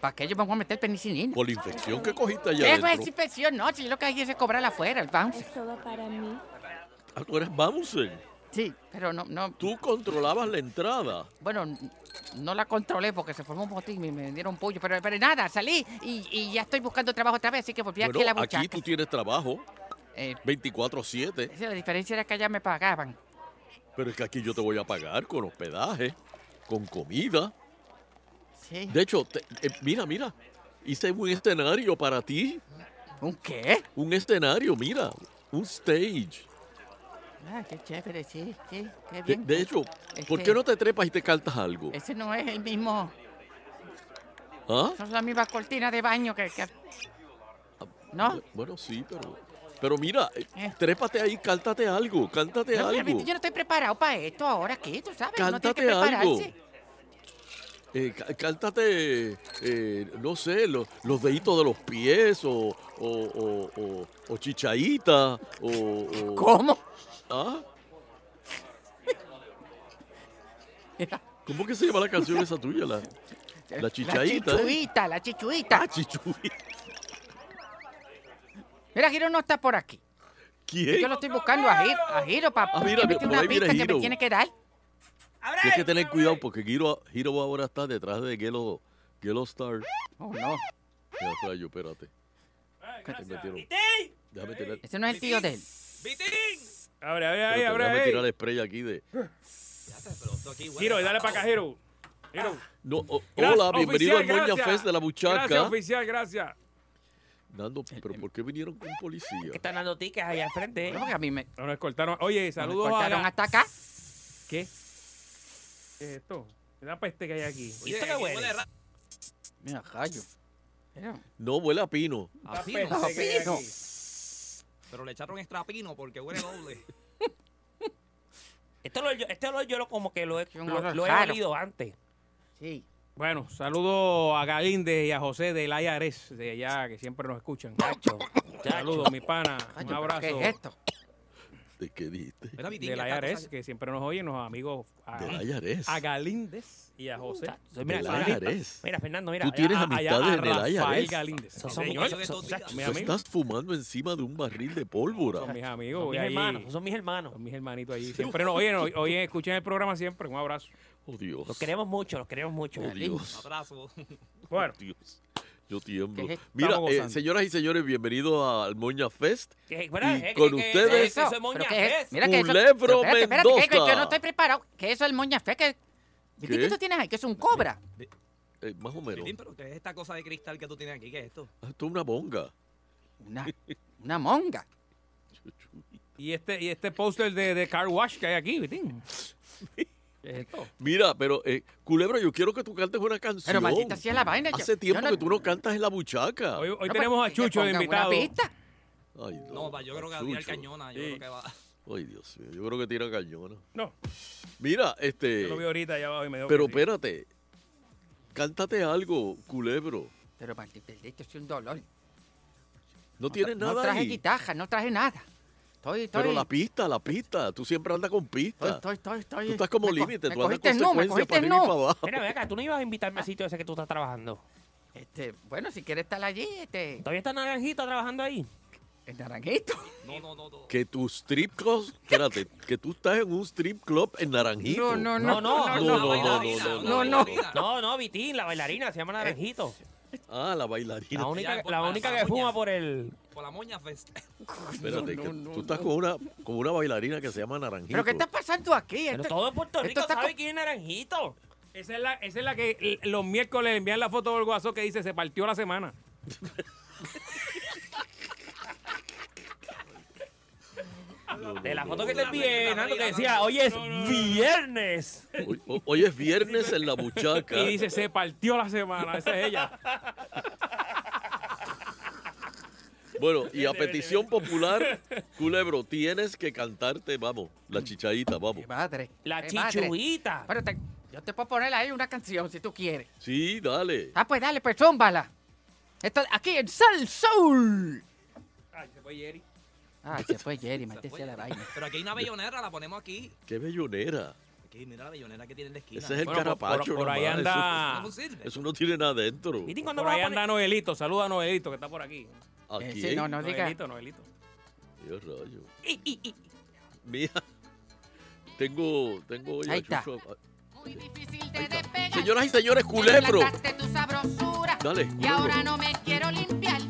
¿Para qué yo me voy a meter penicilina? Por la infección que cogiste allá ¿Qué es adentro. inspección? No, si yo lo que hay es cobrar afuera, el bounce. todo para mí. Ah, tú eres bouncer. Sí, pero no, no. Tú controlabas la entrada. Bueno, n- no la controlé porque se formó un botín y me dieron pollo. Pero, pero nada, salí y, y ya estoy buscando trabajo otra vez, así que volví aquí a la bueno, buchaca. aquí tú tienes trabajo. Eh. 24-7. Esa es La diferencia era que allá me pagaban. Pero es que aquí yo te voy a pagar con hospedaje, con comida. Sí. De hecho, te- eh, mira, mira. Hice un escenario para ti. ¿Un qué? Un escenario, mira. Un stage. Ah, qué chévere, sí, sí, qué De, bien. de hecho, ¿por Este- Eh, qué no te trepas y te caltas algo? Ese no es el mismo, ¿Ah? no es la misma cortina de baño que... que- ¿No? Bueno, sí, pero. Pero mira, eh, trépate ahí, cáltate algo, cáltate No, mira, algo. yo no estoy preparado para esto ahora, ¿qué? Tú sabes, uno tiene que Cántate algo. prepararse. Eh, cá- cáltate, eh, no sé, lo- los deditos de los pies o, o, o, o- o chichaíta o, o- ¿Cómo? ¿Ah? ¿Cómo que se llama la canción esa tuya? La, la chichaíta. La eh? chichuita, la chichuita. Ah, chichuita. Mira, Giro no está por aquí. ¿Quién? Yo lo estoy buscando a Giro, a Giro para Ah, mira, que me por dé una ahí viene pista que me Giro. tiene que dar. Tienes que tener cuidado porque Giro, Giro ahora está detrás de Gelo, Gelo Star. Oh, no. Ya, rayo, espérate. Ahí me tiró. Déjame tirar. Ese no es el tío de él. Abre, abre, ahí, Espérate, abre, déjame ahí. tirar spray aquí de. Giro, dale para acá, Giro. Giro. No, o- Gracias, hola, bienvenido oficial, al Moña gracias. Fest de la Buchaca. Gracias, oficial, gracias. Nando, pero ¿por qué vinieron con policía? Están dando tickets allá al frente. No, porque a mí me... Nos cortaron. Oye, saludos a cortaron la- hasta acá. ¿Qué? ¿Qué es esto? ¿Qué da peste que hay aquí? ¿Y esto qué huele? Mira, rayo. No, huele a pino. A pino. A pino. Pero le echaron extra pino porque huele <laughs> doble. Este olor, yo, este olor yo lo como que lo he, lo, olor lo he raro. olido antes. Sí. Bueno, saludos a Galíndez y a José del IARES, de allá, que siempre nos escuchan. Saludos, mi pana. Un ¿pero abrazo. qué es esto? ¿De qué dijiste? De la IARES, que siempre nos oyen, los amigos. A, Del IRS. A Galíndez y a José. Mira, Del Fernando, IRS. mira, Fernando, mira. Tú tienes allá- amistades allá en el Rafael IRS. Galíndez. Son- son- Señor, son- son- son- Tú mi amigo. estás fumando encima de un barril de pólvora. Son mis amigos. Son mis y ahí- hermanos, son mis hermanos. Son mis hermanitos allí. Siempre nos oyen, oyen, oyen, escuchen el programa siempre. Un abrazo. Oh, Dios. Los queremos mucho, los queremos mucho. Oh, Dios. Atraso. Bueno. <laughs> Dios. Yo tiemblo. ¿Qué es esto? Mira, Estamos eh, gozando. señoras y señores, bienvenidos al Moña Fest. ¿Qué, eh, verdad? Y ¿Qué, con qué, qué, ustedes, eso? ¿Pero Moña ¿Qué es? Fest. Mira que eso- Culebro pero espérate, espérate, que Mendoza. yo no estoy preparado. Que eso es el moña fe que... ¿Viste ¿Qué? que tú tienes ahí? Que es un cobra. Eh, más o menos. Pero ¿qué es esta cosa de cristal que tú tienes aquí? ¿Qué es esto? Esto es una bonga. Una, una monga. Y este, y este póster de, de Car Wash que hay aquí, Vitín. ¿Qué es esto? Mira, pero eh, Culebro, yo quiero que tú cantes una canción. Pero, maldita sea la vaina, yo- Hace tiempo yo no- que tú no cantas en la buchaca. Hoy, hoy tenemos a Chucho de invitado. Ay, no, No, pa, yo creo que a Adrián Chucho. Cañona, yo creo que va. Ay, Dios mío, yo creo que tira cañona. No. Mira, este. Yo lo vi ahorita allá abajo y me dijo Pero que sí. espérate. Cántate algo, culebro. Pero maldito, esto es un dolor. No tienes No nada traje ahí. guitarra, no traje nada. Estoy, estoy... Pero la pista, la pista. Tú siempre andas con pista. Estoy, estoy, estoy. Ah. Tú estás como me co- límite, me tú andas cogiste en nu, me consecuencia cogiste para arriba y nu. para abajo. Mira, ven acá, tú no ibas a invitarme al sitio ese que tú estás trabajando. Este, bueno, si quieres estar allí, este. ¿Todavía está Naranjita trabajando ahí? ¿El Naranjito? No, no, no. no. Que tu strip club, espérate, que tú estás en un strip club en Naranjito. No, no, No, no, no, una no, no, bailarina, no, una no, no. bailarina. No, no, Vitín, la bailarina se llama Eh, Naranjito. Ah, la bailarina. La única, la única que fuma por el. Por la moña pues. <laughs> fest. Espérate, que tú estás con una, con una bailarina que se llama Naranjito. ¿Pero qué está pasando aquí? Esto- Todo Puerto esto Rico está sabe co- quién es Naranjito. Esa es, la, esa es la que l- los miércoles le envían la foto del guaso que dice se partió <laughs> la semana. De la foto que te envié, Nando, que decía, hoy es viernes. Hoy, ho- hoy es viernes en la buchaca. Y dice se partió la semana. Esa <laughs> es ella. Bueno, y a petición popular, Culebro, tienes que cantarte, vamos, la chichaíta, vamos. Madre. La Eh, madre. chichuita. Bueno, te- yo te puedo poner ahí una canción si tú quieres. Sí, dale. Ah, pues dale, pues zúmbala. Esto aquí en Sal Soul. Ay, se fue Jerry. Ah, se fue Jerry, maldita sea la vaina. Pero aquí hay una bellonera, la ponemos aquí. Qué bellonera. Aquí, mira la bellonera que tiene en la esquina. Ese es el Bueno, por- carapacho. por- por ahí nomás, anda- Eso, eso no tiene nada adentro. Por ahí anda Noelito. Saluda a Noelito que está por aquí. ¿A Eh, sí, quién? no, no diga. Noelito, Noelito. Dios rayo. Mira, tengo, tengo hoy a Ahí está. Chucho- Muy difícil de despegar. Señoras y señores, culebro. Mataste tu sabrosura. Dale, Y culebro. ahora no me quiero limpiar.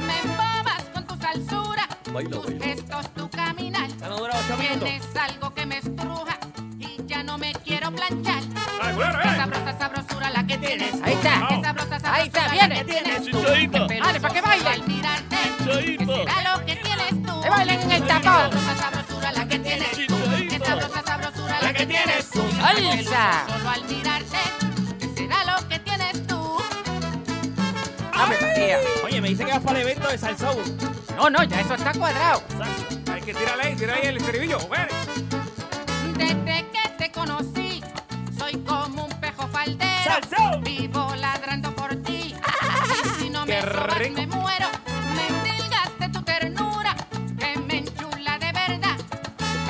Me embobas con tu salsura. Baila, Tus baila. gestos, tu caminar. Ya no dura ocho minutos. Tienes algo que me estruja. Y ya no me quiero planchar. Ay, culebro, Qué eh. sabrosa sabrosura la que tienes. Ahí está. Qué sabrosa sabrosura Ahí está, la viene. que tienes tú. Chichaíta. Qué Dale, para que perezoso bailen. al mirarte. Chichaíta. ¿Qué será lo que tienes tú? Que bailen en el Qué tapón. sabrosa sabrosura la la que tienes tú. Qué sabrosa sabrosura la que tienes tú. Alza. Solo al mirarte, ¿qué será lo que tienes tú? Oye, me dice que vas para el evento de Salsoul. No, no, ya eso está cuadrado. Hay que tirarle ahí, tirarle ahí el estribillo. Ver. Desde que te conocí, soy como un pejo faldero. Vivo ladrando por <laughs> ti. Y si no me Qué sobas, rico. me muero. Me endilgaste tu ternura, que me enchula de verdad.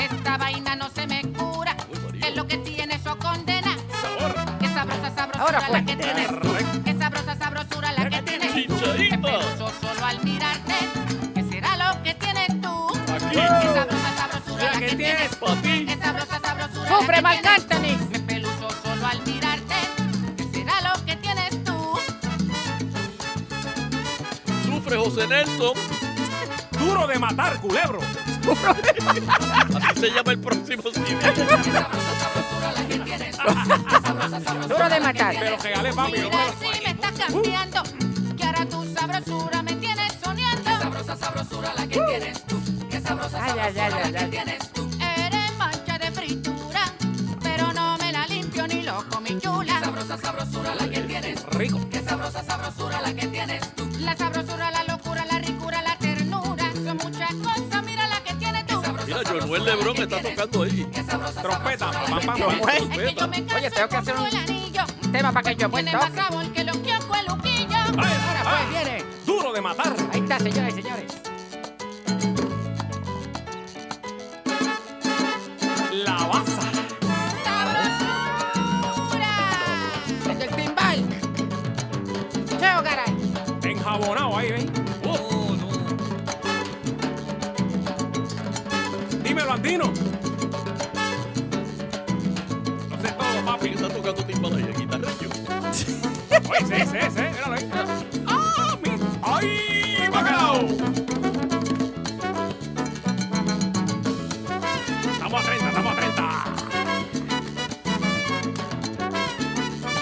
Esta vaina no se me cura. Es lo que tienes o condena. Qué sabrosa sabrosura pues. la que tienes tú. Qué sabrosa sabrosura la que tienes tú. Qué peloso solo al mirarte. ¿Qué será lo que tienes tú? Qué sabrosa sabrosura la que tienes tú. Qué sabrosa sabrosura la Sufre, que Marc tienes Anthony. Me peluso solo al mirarte. ¿Qué será lo que tienes tú? Sufre José Nelson. Duro de matar, culebro. Así se llama el próximo CD. <laughs> Duro de matar. Mira si me estás cambiando. Que ahora tu sabrosura me tienes soñando. Qué sabrosa sabrosura la que tienes tú. Qué sabrosa Ay, ay, ay, ay, ay. tú. Eres mancha de fritura, pero no me la limpio ni loco, mi chula. Qué sabrosa sabrosura la que tienes tú. Rico. Qué sabrosa sabrosura la que tienes tú. La sabrosura, la locura, la ricura, la ternura. Son muchas cosas, mira la que tienes tú. Mira, Jonuel Lebrón me está tocando ahí. Trompeta, pam, pam, pam. Es que yo me Oye, tengo que hacer con el un anillo. tema para que yo pues, Tiene pueda. más sabor que lo que hago el luquillo. Ahora pues viene. Duro de matar. Ahí está, señoras y señores. La baza. Desde el timbal. Cheo Garay. Enjabonado ahí, ven. Oh. Dímelo, Andino. No sé todo, papi. Está tocando timbal ahí, guitarra. Oye, sí, sí, sí. Míralo ahí. ¡Ah, mi! ¡Ay, bacalao! Estamos a 30, estamos a 30.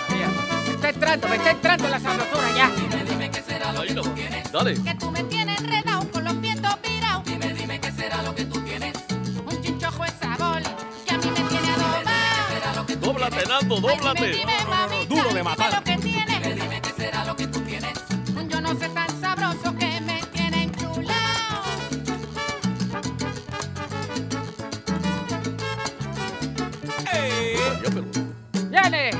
Me está entrando, me está entrando la sabrosura ya. Dime qué será lo que tú quieres. Dale. Que tú me tienes enredado con los vientos virados. Dime, dime qué será lo que tú tienes. Un chinchojo de sabor que a mí me tiene adobado. Dóblate, Nando, Dime, dóblate. dime, mamita, Duro de dime matar. lo que tienes. Dime, dime qué será lo que tú tienes. Un yo no sé tan sabroso que me tiene enchulado. Viene.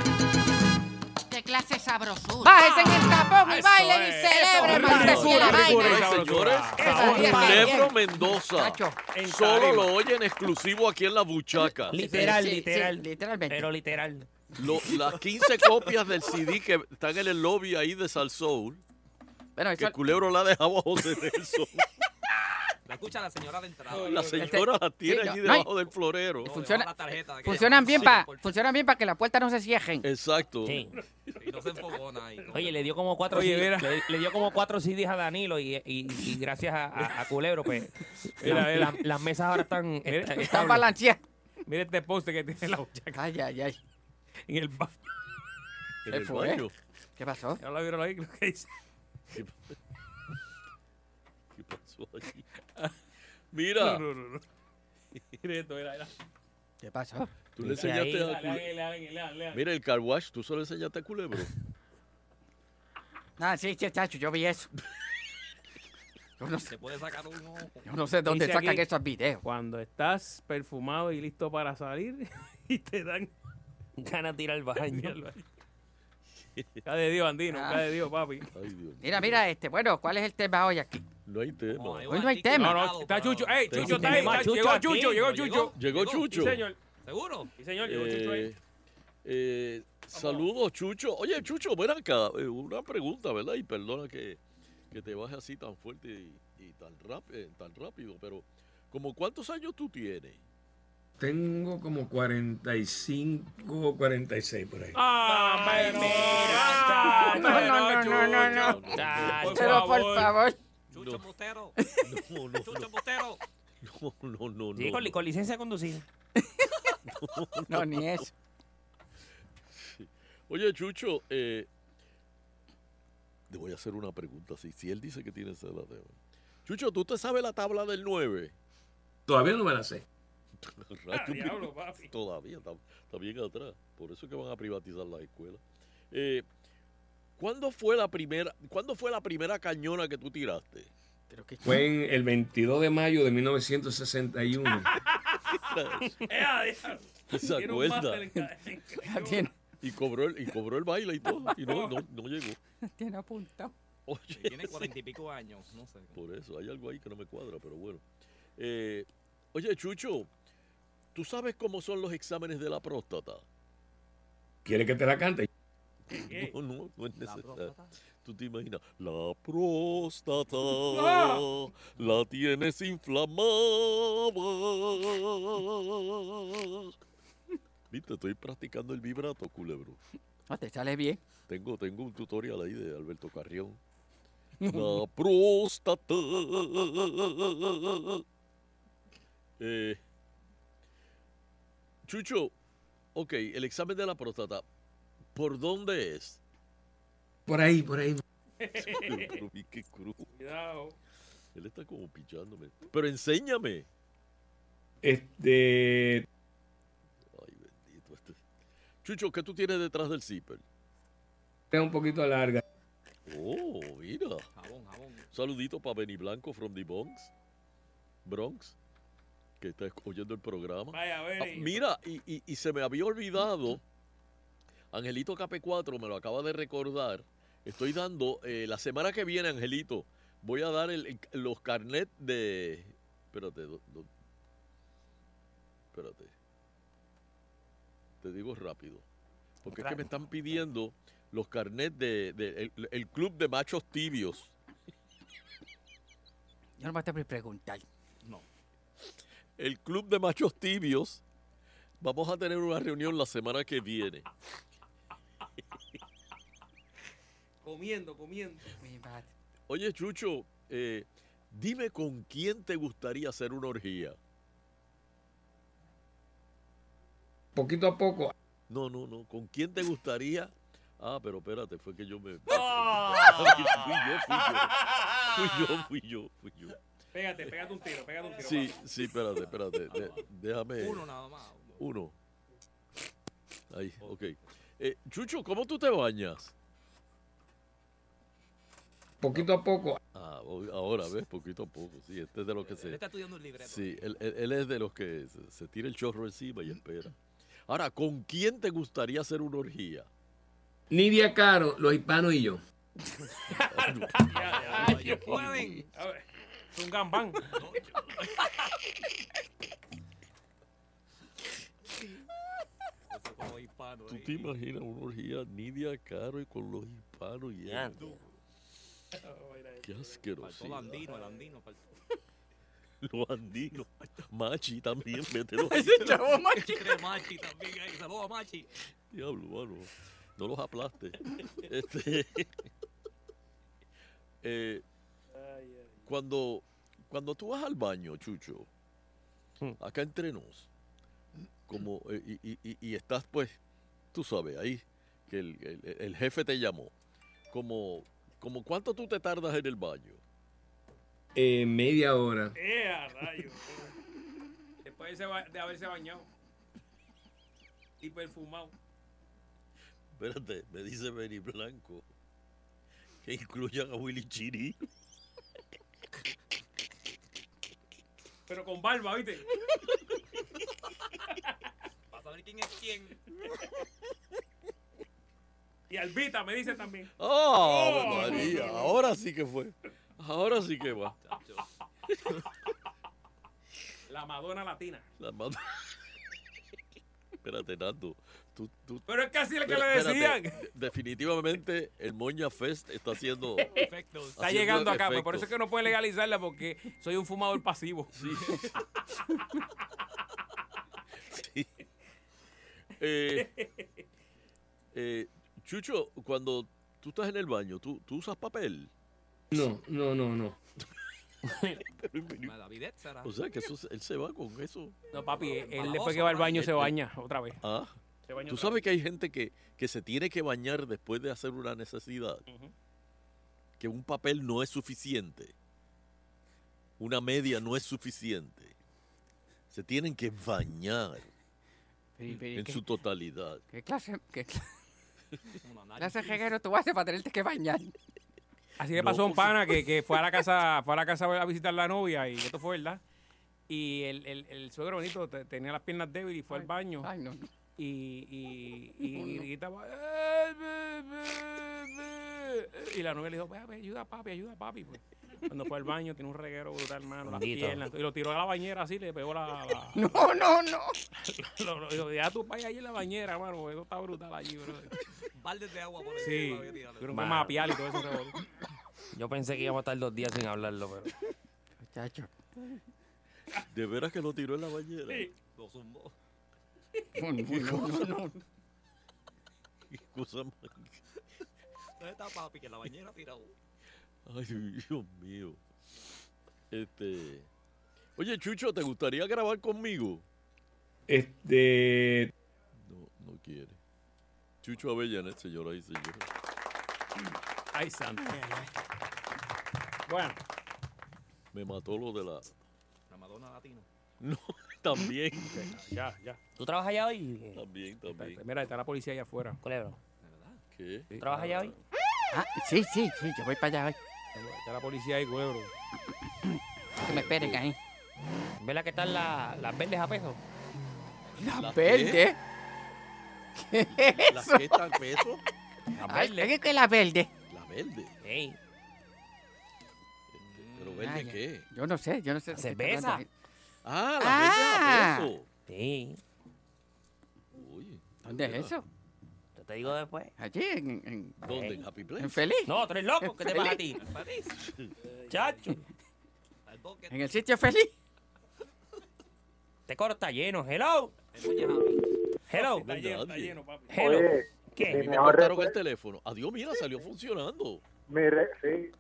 Qué clase de sabrosura. Bájese en el tapón y Eso bailen y es, celebren. maldita la vaina. Señores, Esa bien, Lebro bien. Mendoza. Nacho, en Solo tarima. lo oyen exclusivo aquí en La Buchaca. Literal, Sí, sí, literal. literalmente. Pero literal. Lo- las 15 copias del CD que están en el lobby ahí de Sal Soul. que Culebro la ha dejado a José <laughs> Nelson. La escucha la señora de entrada. La Este, señora la tiene Sí, allí no, no hay- debajo del florero. Funciona- la tarjeta. funcionan bien Sí. para funcionan bien para que la puerta no se cierren. Exacto. Sí. Y no se enfogona ahí. Oye, le dio como cuatro Oye, CD mira. le, le dio como cuatro CDs a Danilo y, y- y gracias a, a- a Culebro, pues. Mira, la- mira. la- las mesas ahora están. est- Están estables. balanceadas. Mira este poste que <laughs> tiene la buchaca Ay, ay, ay. en el baño. En ¿Qué el fue? baño. ¿Qué pasó? Ya lo vieron ahí, lo que dice. ¿Qué pasó <laughs> aquí? Mira, No, no, no, no. Mira esto, mira, mira. ¿Qué pasó? tú le Mira ahí, enseñaste a Lean, Cule- lean, lean, lean, lean. Mira el car wash, tú solo enseñaste a Culebro. Ah, sí, sí, chacho, yo vi eso. Yo no sé, Se puede sacar un ojo. yo no sé dónde Dice aquí- sacan esos videos. Cuando estás perfumado y listo para salir <laughs> y te dan Ganas de ir al baño. Míralo ahí. Ca de Dios, Andino, Ah. ca de Dios, papi. Ay, Dios. Mira, mira, este, bueno, ¿cuál es el tema hoy aquí? No hay tema. Hoy no hay tema. No, no, está Chucho. ¡Ey, Pero si Chucho está ahí! tenemos a está- Chucho Llegó aquí. Chucho, llegó Chucho. Llegó Chucho. Sí, señor. ¿Seguro? Sí, señor, llegó Chucho ahí. Eh, eh, saludos, Chucho. Oye, Chucho, ven acá. eh, una pregunta, ¿verdad? Y perdona que, que te baje así tan fuerte y, y tan, ráp- eh, tan rápido, pero ¿como cuántos años tú tienes? <laughs> Tengo como 45, 46 por ahí. ¡Ah, pero No, no, no, no, no, no. Pero por favor. Chucho Botero. <laughs> No, no, Chucho Botero. no, no, no, Sí, no, con, li- no. con licencia de <laughs> conducir. <laughs> No, ni eso. Oye, Chucho, eh, te voy a hacer una pregunta. Si, si él dice que tiene esa edad, eh, Chucho, ¿tú te sabes la tabla del 9? Todavía no me la sé. <laughs> Rayo, Ah, diablo, papi. Todavía está, está bien atrás. Por eso es que van a privatizar las escuelas. Eh, ¿Cuándo fue la primera, ¿cuándo fue la primera cañona que tú tiraste? Fue en el 22 de mayo de 1961. <laughs> ¿Se Eh, Tiene un acuerda? máster en Ah, Y cobró el, y cobró el baile y todo. Y no, Oh. no, no llegó. Tiene apuntado. <laughs> Oye, Tiene cuarenta y pico años, no sé. Por eso, hay algo ahí que no me cuadra, pero bueno. Eh, oye, Chucho, ¿tú sabes cómo son los exámenes de la próstata? ¿Quieres que te la cante? <laughs> No, no, no es necesario. Tú te imaginas, la próstata Ah. la tienes inflamada. Viste, estoy practicando el vibrato, culebro. No Ah, te sale bien. Tengo, tengo un tutorial ahí de Alberto Carrión. <laughs> <laughs> La próstata. Eh, Chucho, ok, el examen de la próstata, ¿por dónde <laughs> es? Por ahí, por ahí. Pero, vi qué cruz. Cuidado. Él está como pichándome. Pero enséñame. Este. Chucho, ¿qué tú tienes detrás del zipper? Es un poquito larga. Oh, mira. Saludito para Benny Blanco from the Bronx. Bronx. Que está oyendo el programa. Vaya, Benny. Ah, mira, y, y- y se me había olvidado. Angelito KP4 me lo acaba de recordar. Estoy dando, eh, la semana que viene, Angelito, voy a dar el- el- los carnet de... Espérate, do- do- espérate. Te digo rápido. Porque es que me están pidiendo los carnets de, de- el, el club de machos tibios. Yo no me voy a preguntar. No. El club de machos tibios. Vamos a tener una reunión la semana que viene. Comiendo, comiendo. Oye, Chucho, eh, dime con quién te gustaría hacer una orgía. Poquito a poco. No, no, no. ¿Con quién te gustaría? Ah, pero espérate, fue que yo me. ¡Oh! fui yo, fui yo. Fui yo, fui yo, fui yo. Pégate, pégate un tiro, pégate un tiro. Sí, papi. sí, espérate, espérate. de- déjame. Uno nada más. Uno. Ahí, ok. Eh, Chucho, ¿cómo tú te bañas? Poquito a poco. Ah, o- ahora ves, poquito a poco. Sí, este es de los que se. está estudiando un libreto. Sí, él, él- él es de los que se, se tira el chorro encima y espera. Ahora, ¿con quién te gustaría hacer una orgía? Nidia Caro, los hispanos y yo. Ay, Dios mío. A ver, Es un gambán. Como hispano, <laughs> ¿Tú eh. te imaginas una orgía Nidia Caro y con los hispanos y Ya, él? tú. Qué Faltó el asqueroso. andino, el andino. faltó. Los andinos. Machi también, mételo ahí. Creo Machi también. ahí. Saludos a Machi. Diablo, mano. No los aplaste. Este, <laughs> eh, cuando, cuando tú vas al baño, Chucho, acá entre nos, como, eh, y, y- y- y estás, pues, tú sabes, ahí, que el, el- el jefe te llamó, como, como cuánto tú te tardas en el baño. Eh, media hora. ¡Eh, a rayos! Después de, se ba- de haberse bañado y perfumado. Espérate, me dice Benny Blanco que incluyan a Willy Chiri. Pero con barba, ¿viste? Para saber quién es quién. Y Albita me dice también. ¡Oh, Ave María! Ahora sí que fue. Ahora sí que va. La Madonna latina. La manda- Espérate, Nando. Tú, tú- Pero es casi lo que Espera- le espérate. decían. De- Definitivamente el Moña Fest está haciendo. Efectos. Está haciendo llegando acá, pues efectos. por eso es que no puede legalizarla porque soy un fumador pasivo. <laughs> <laughs> Sí. Eh, eh, Chucho, cuando tú estás en el baño, ¿tú, tú usas papel? No, no, no, no. La bidet será. O sea que eso, él se va con eso. No, papi, él, él después que va al baño se baña otra vez. Ah. Se baña Tú otra sabes que hay gente que, que se tiene que bañar después de hacer una necesidad. Que un papel no es suficiente. Una media no es suficiente. Se tienen que bañar Pero- pero, ¿y en qué- su totalidad. ¿Qué clase, qué cla- clase de reguero tú haces para tenerte que bañar? Así le pasó a un pana que, que fue a la casa, fue a la casa a visitar la novia y esto fue verdad. Y el, el- el suegro bonito te- tenía las piernas débiles y fue al baño. Y, y, y, <laughs> No, no. gritaba, "Eh, be, be, be". y la novia le dijo, "Ve, ve, ayuda papi, ayuda papi. pues. Cuando fue al baño, tiene un reguero brutal, hermano, las Bendito. piernas. Y lo tiró a la bañera así, le pegó la... <laughs> la- No, no, no. <laughs> lo, lo- lo- deja tu país ahí en la bañera, hermano, eso está brutal <laughs> allí, bro. Baldes de agua por ahí. Sí, había tirado. tuvieron que Mano. mapear y todo eso. revolú. Yo pensé que íbamos a estar dos días sin hablarlo, pero. Muchacho. De veras que lo tiró en la bañera. Lo zumbó. No, <laughs> no, no, no, no. Qué cosa más- ¿Dónde está papi? Que en la bañera tirado. Ay, Dios mío. Este. Oye, Chucho, ¿te gustaría grabar conmigo? Este. No, no quiere. Chucho Avellanet, señora y señor. Ay, santo. Bueno. Me mató lo de la. <laughs> La Madonna latina. No, también. Ya, ya. ¿Tú trabajas allá hoy? También, también. Mira, está la policía allá afuera. Culebro. ¿Qué? ¿Trabajas allá hoy? Ah, sí, sí, sí, yo voy para allá hoy. Está la policía ahí, culebro. Que me esperen ahí. ¿Ves la que están la- las verdes a peso? ¿Las ¿Las verdes? ¿Qué es ¿Las eso? qué están peso? Las Ay, verdes. ¿qué- ¿Qué es la verde? La verde. Ey. ¿Pero Ah, verde ya. qué? Yo no sé, yo no sé. La de qué está cerveza. hablando. Ah, Ah. la verde a peso. Sí. Oye. ¿Dónde es eso? Yo te digo después. Allí, en... en ¿Dónde? ¿En Happy Place? ¿En Feliz? No, tú eres loco, ¿En ¿qué te pasa a ti? Feliz? Chacho. ¿En el sitio <laughs> Feliz? Este Te coro está lleno. Hello. Hello. Está lleno, está lleno, papi. Hello. Hello. A mí ¿Qué? me mejor cortaron el recuerdo- teléfono. Adiós, mira, salió funcionando. Mi re- sí,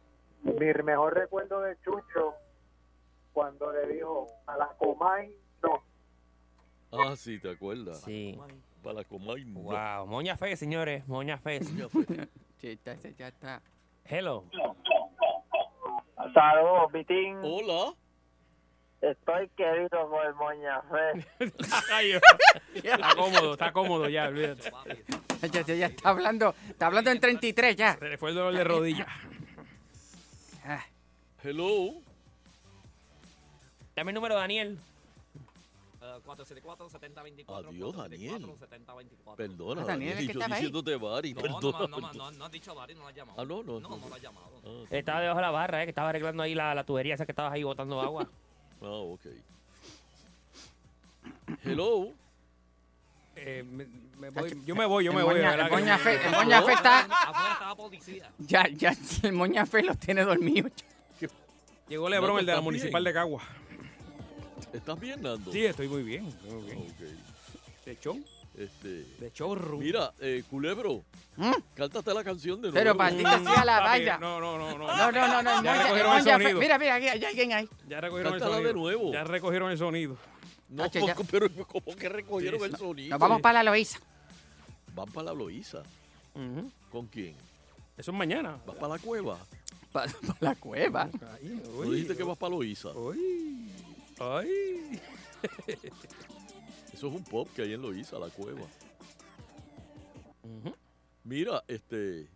mi mejor recuerdo de Chucho cuando le dijo a la Comay, no, Ah, sí, ¿te acuerdas? Sí. Para Comay, no. Wow. Moña fe, señores. Moña fe. <laughs> Sí, está, está, ya está. Hello. Saludos, Vitín. Hola. Estoy querido por el Moña Fe. Está cómodo, está cómodo ya, olvídate. Ya, ya, ya está hablando, está hablando en 33 ya. Se le fue el dolor de rodilla. Hello. Dame el número, Daniel. Eh, 474-7024. Adiós, Daniel. 474-7024. Perdona, Ah, Daniel, Daniel, es que yo estaba ahí. diciéndote Bari, No, no, perdona. no, no, perdona. no, no han dicho Bari, no lo han llamado. Ah, no, no. Ah, No, no lo han llamado. Estaba debajo de la barra, eh, que estaba arreglando ahí la, la tubería esa que estabas ahí botando agua. Ah, ok. Hello. Eh, me- me voy- yo me voy, yo El me voy. de moña- verdad el que- moña fe- el moña fe está- Afuera estaba policía. Ya, ya, el moña fe los tiene dormidos. Llegó Lebron, el de la ¿Estás municipal de bien? Cagua. ¿Estás bien, Nando? Sí, estoy muy bien. estoy muy bien. ¿De show? Este... De chorro. Mira, eh, Culebro, cántate la canción de nuevo. ¿Mm? Pero maldita sea la Ah, Papi, valla. No, no, no, no. No, no, no, no, el Ya moña, el recogieron el moña fe. sonido. Mira, mira, aquí hay alguien ahí. Ya recogieron el Cántala sonido. de nuevo. Ya recogieron el sonido. No, Hacho, ya. pero Pues, ¿cómo que recogieron Sí, el no- sonido? Nos vamos para la Loíza. Van para la Loíza. ¿Con quién? Eso es mañana. ¿Vas para la cueva? Para la cueva. ¿No dijiste que vas para Loíza? Ay. Eso es un pop que hay en Loíza, la cueva. Mira, este...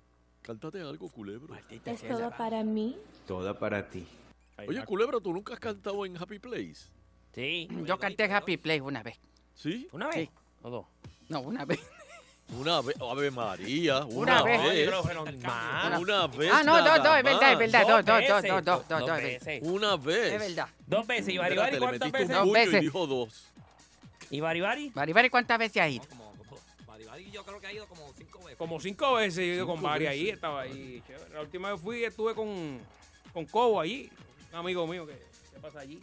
Cántate algo, Culebro. Es todo para mí. Toda para ti. Oye, Culebro, ¿tú nunca has cantado en Happy Place? Sí. Yo canté Happy Place una vez. ¿Sí? ¿Una vez? ¿O dos? No, una vez. Una vez, Ave María, una, Una vez. vez. Ay, pero normal. Una vez. Ah, no, dos, nada dos, es verdad, es más. verdad, dos, dos, dos, veces, dos, dos, dos, dos veces. Una vez. Es verdad. Dos veces. ¿Y Espérate, Baribari le cuántas metiste un veces? Dos puño veces. y dijo dos. ¿Y Baribari? Baribari, ¿cuántas veces ha ido? Baribari yo creo que ha ido como cinco veces. Como cinco veces yo he ido con Cinco Mari ahí, veces. estaba ahí. chévere. La última vez fui, estuve con, con Cobo allí, un amigo mío que se pasa <laughs> allí.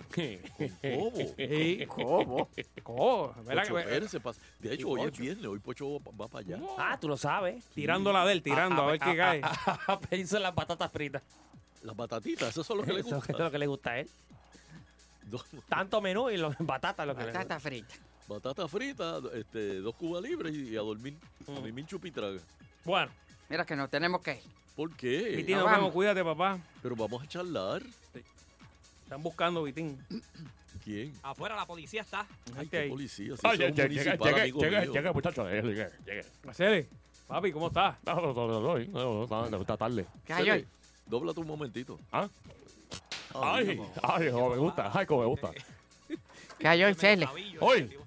<laughs> ¿Cómo? Sí. ¿Cómo? Cobo, ¿verdad Pocho que- Pérez se pasa. De hecho, Y hoy es Pocho. viernes, hoy Pocho va va para allá. <laughs> Ah, tú lo sabes. Tirándola de él, tirando, a ver qué cae. Hizo las patatas fritas. Las batatitas, eso es lo que le Eso gusta. es lo que le gusta a él. Tanto menú y los patatas lo <laughs> que le gusta. frita. Batata frita, este, dos cubas libres y, y a dormir. Mm. A mí chupitraga. Bueno. Mira que nos tenemos que ir. ¿Por qué? Vitín, nos vemos, cuídate, papá. Pero vamos a charlar. Están buscando, Vitín. ¿Quién? Afuera la policía está. Ay, qué policía. si eso Ay, es ya, un ya, llega, municipal, llega, amigo llega, mío. llega, muchacho. eh, Llegué, llegué. Macele, papi, ¿cómo estás? No, no, no, no, no, no, no, no, está tarde. Cele, Dóblate un momentito. ¿Ah? Ay, ay, como me gusta, ay, como me <laughs> gusta. ¿Qué hay hoy, Cele? Hoy, hoy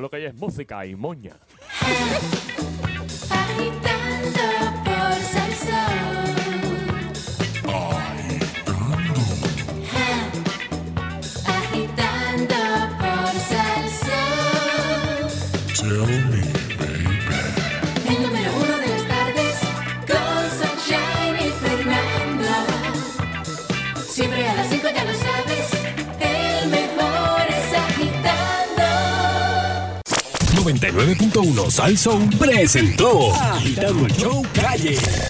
lo que hay es música y moña. Agitando por Agitando por El número uno de las tardes con Sunshine y Fernando. Siempre a las 5 ya lo sabes, el mejor es agitando. 99.1 Sal Soul presentó Agitando el Show Calle.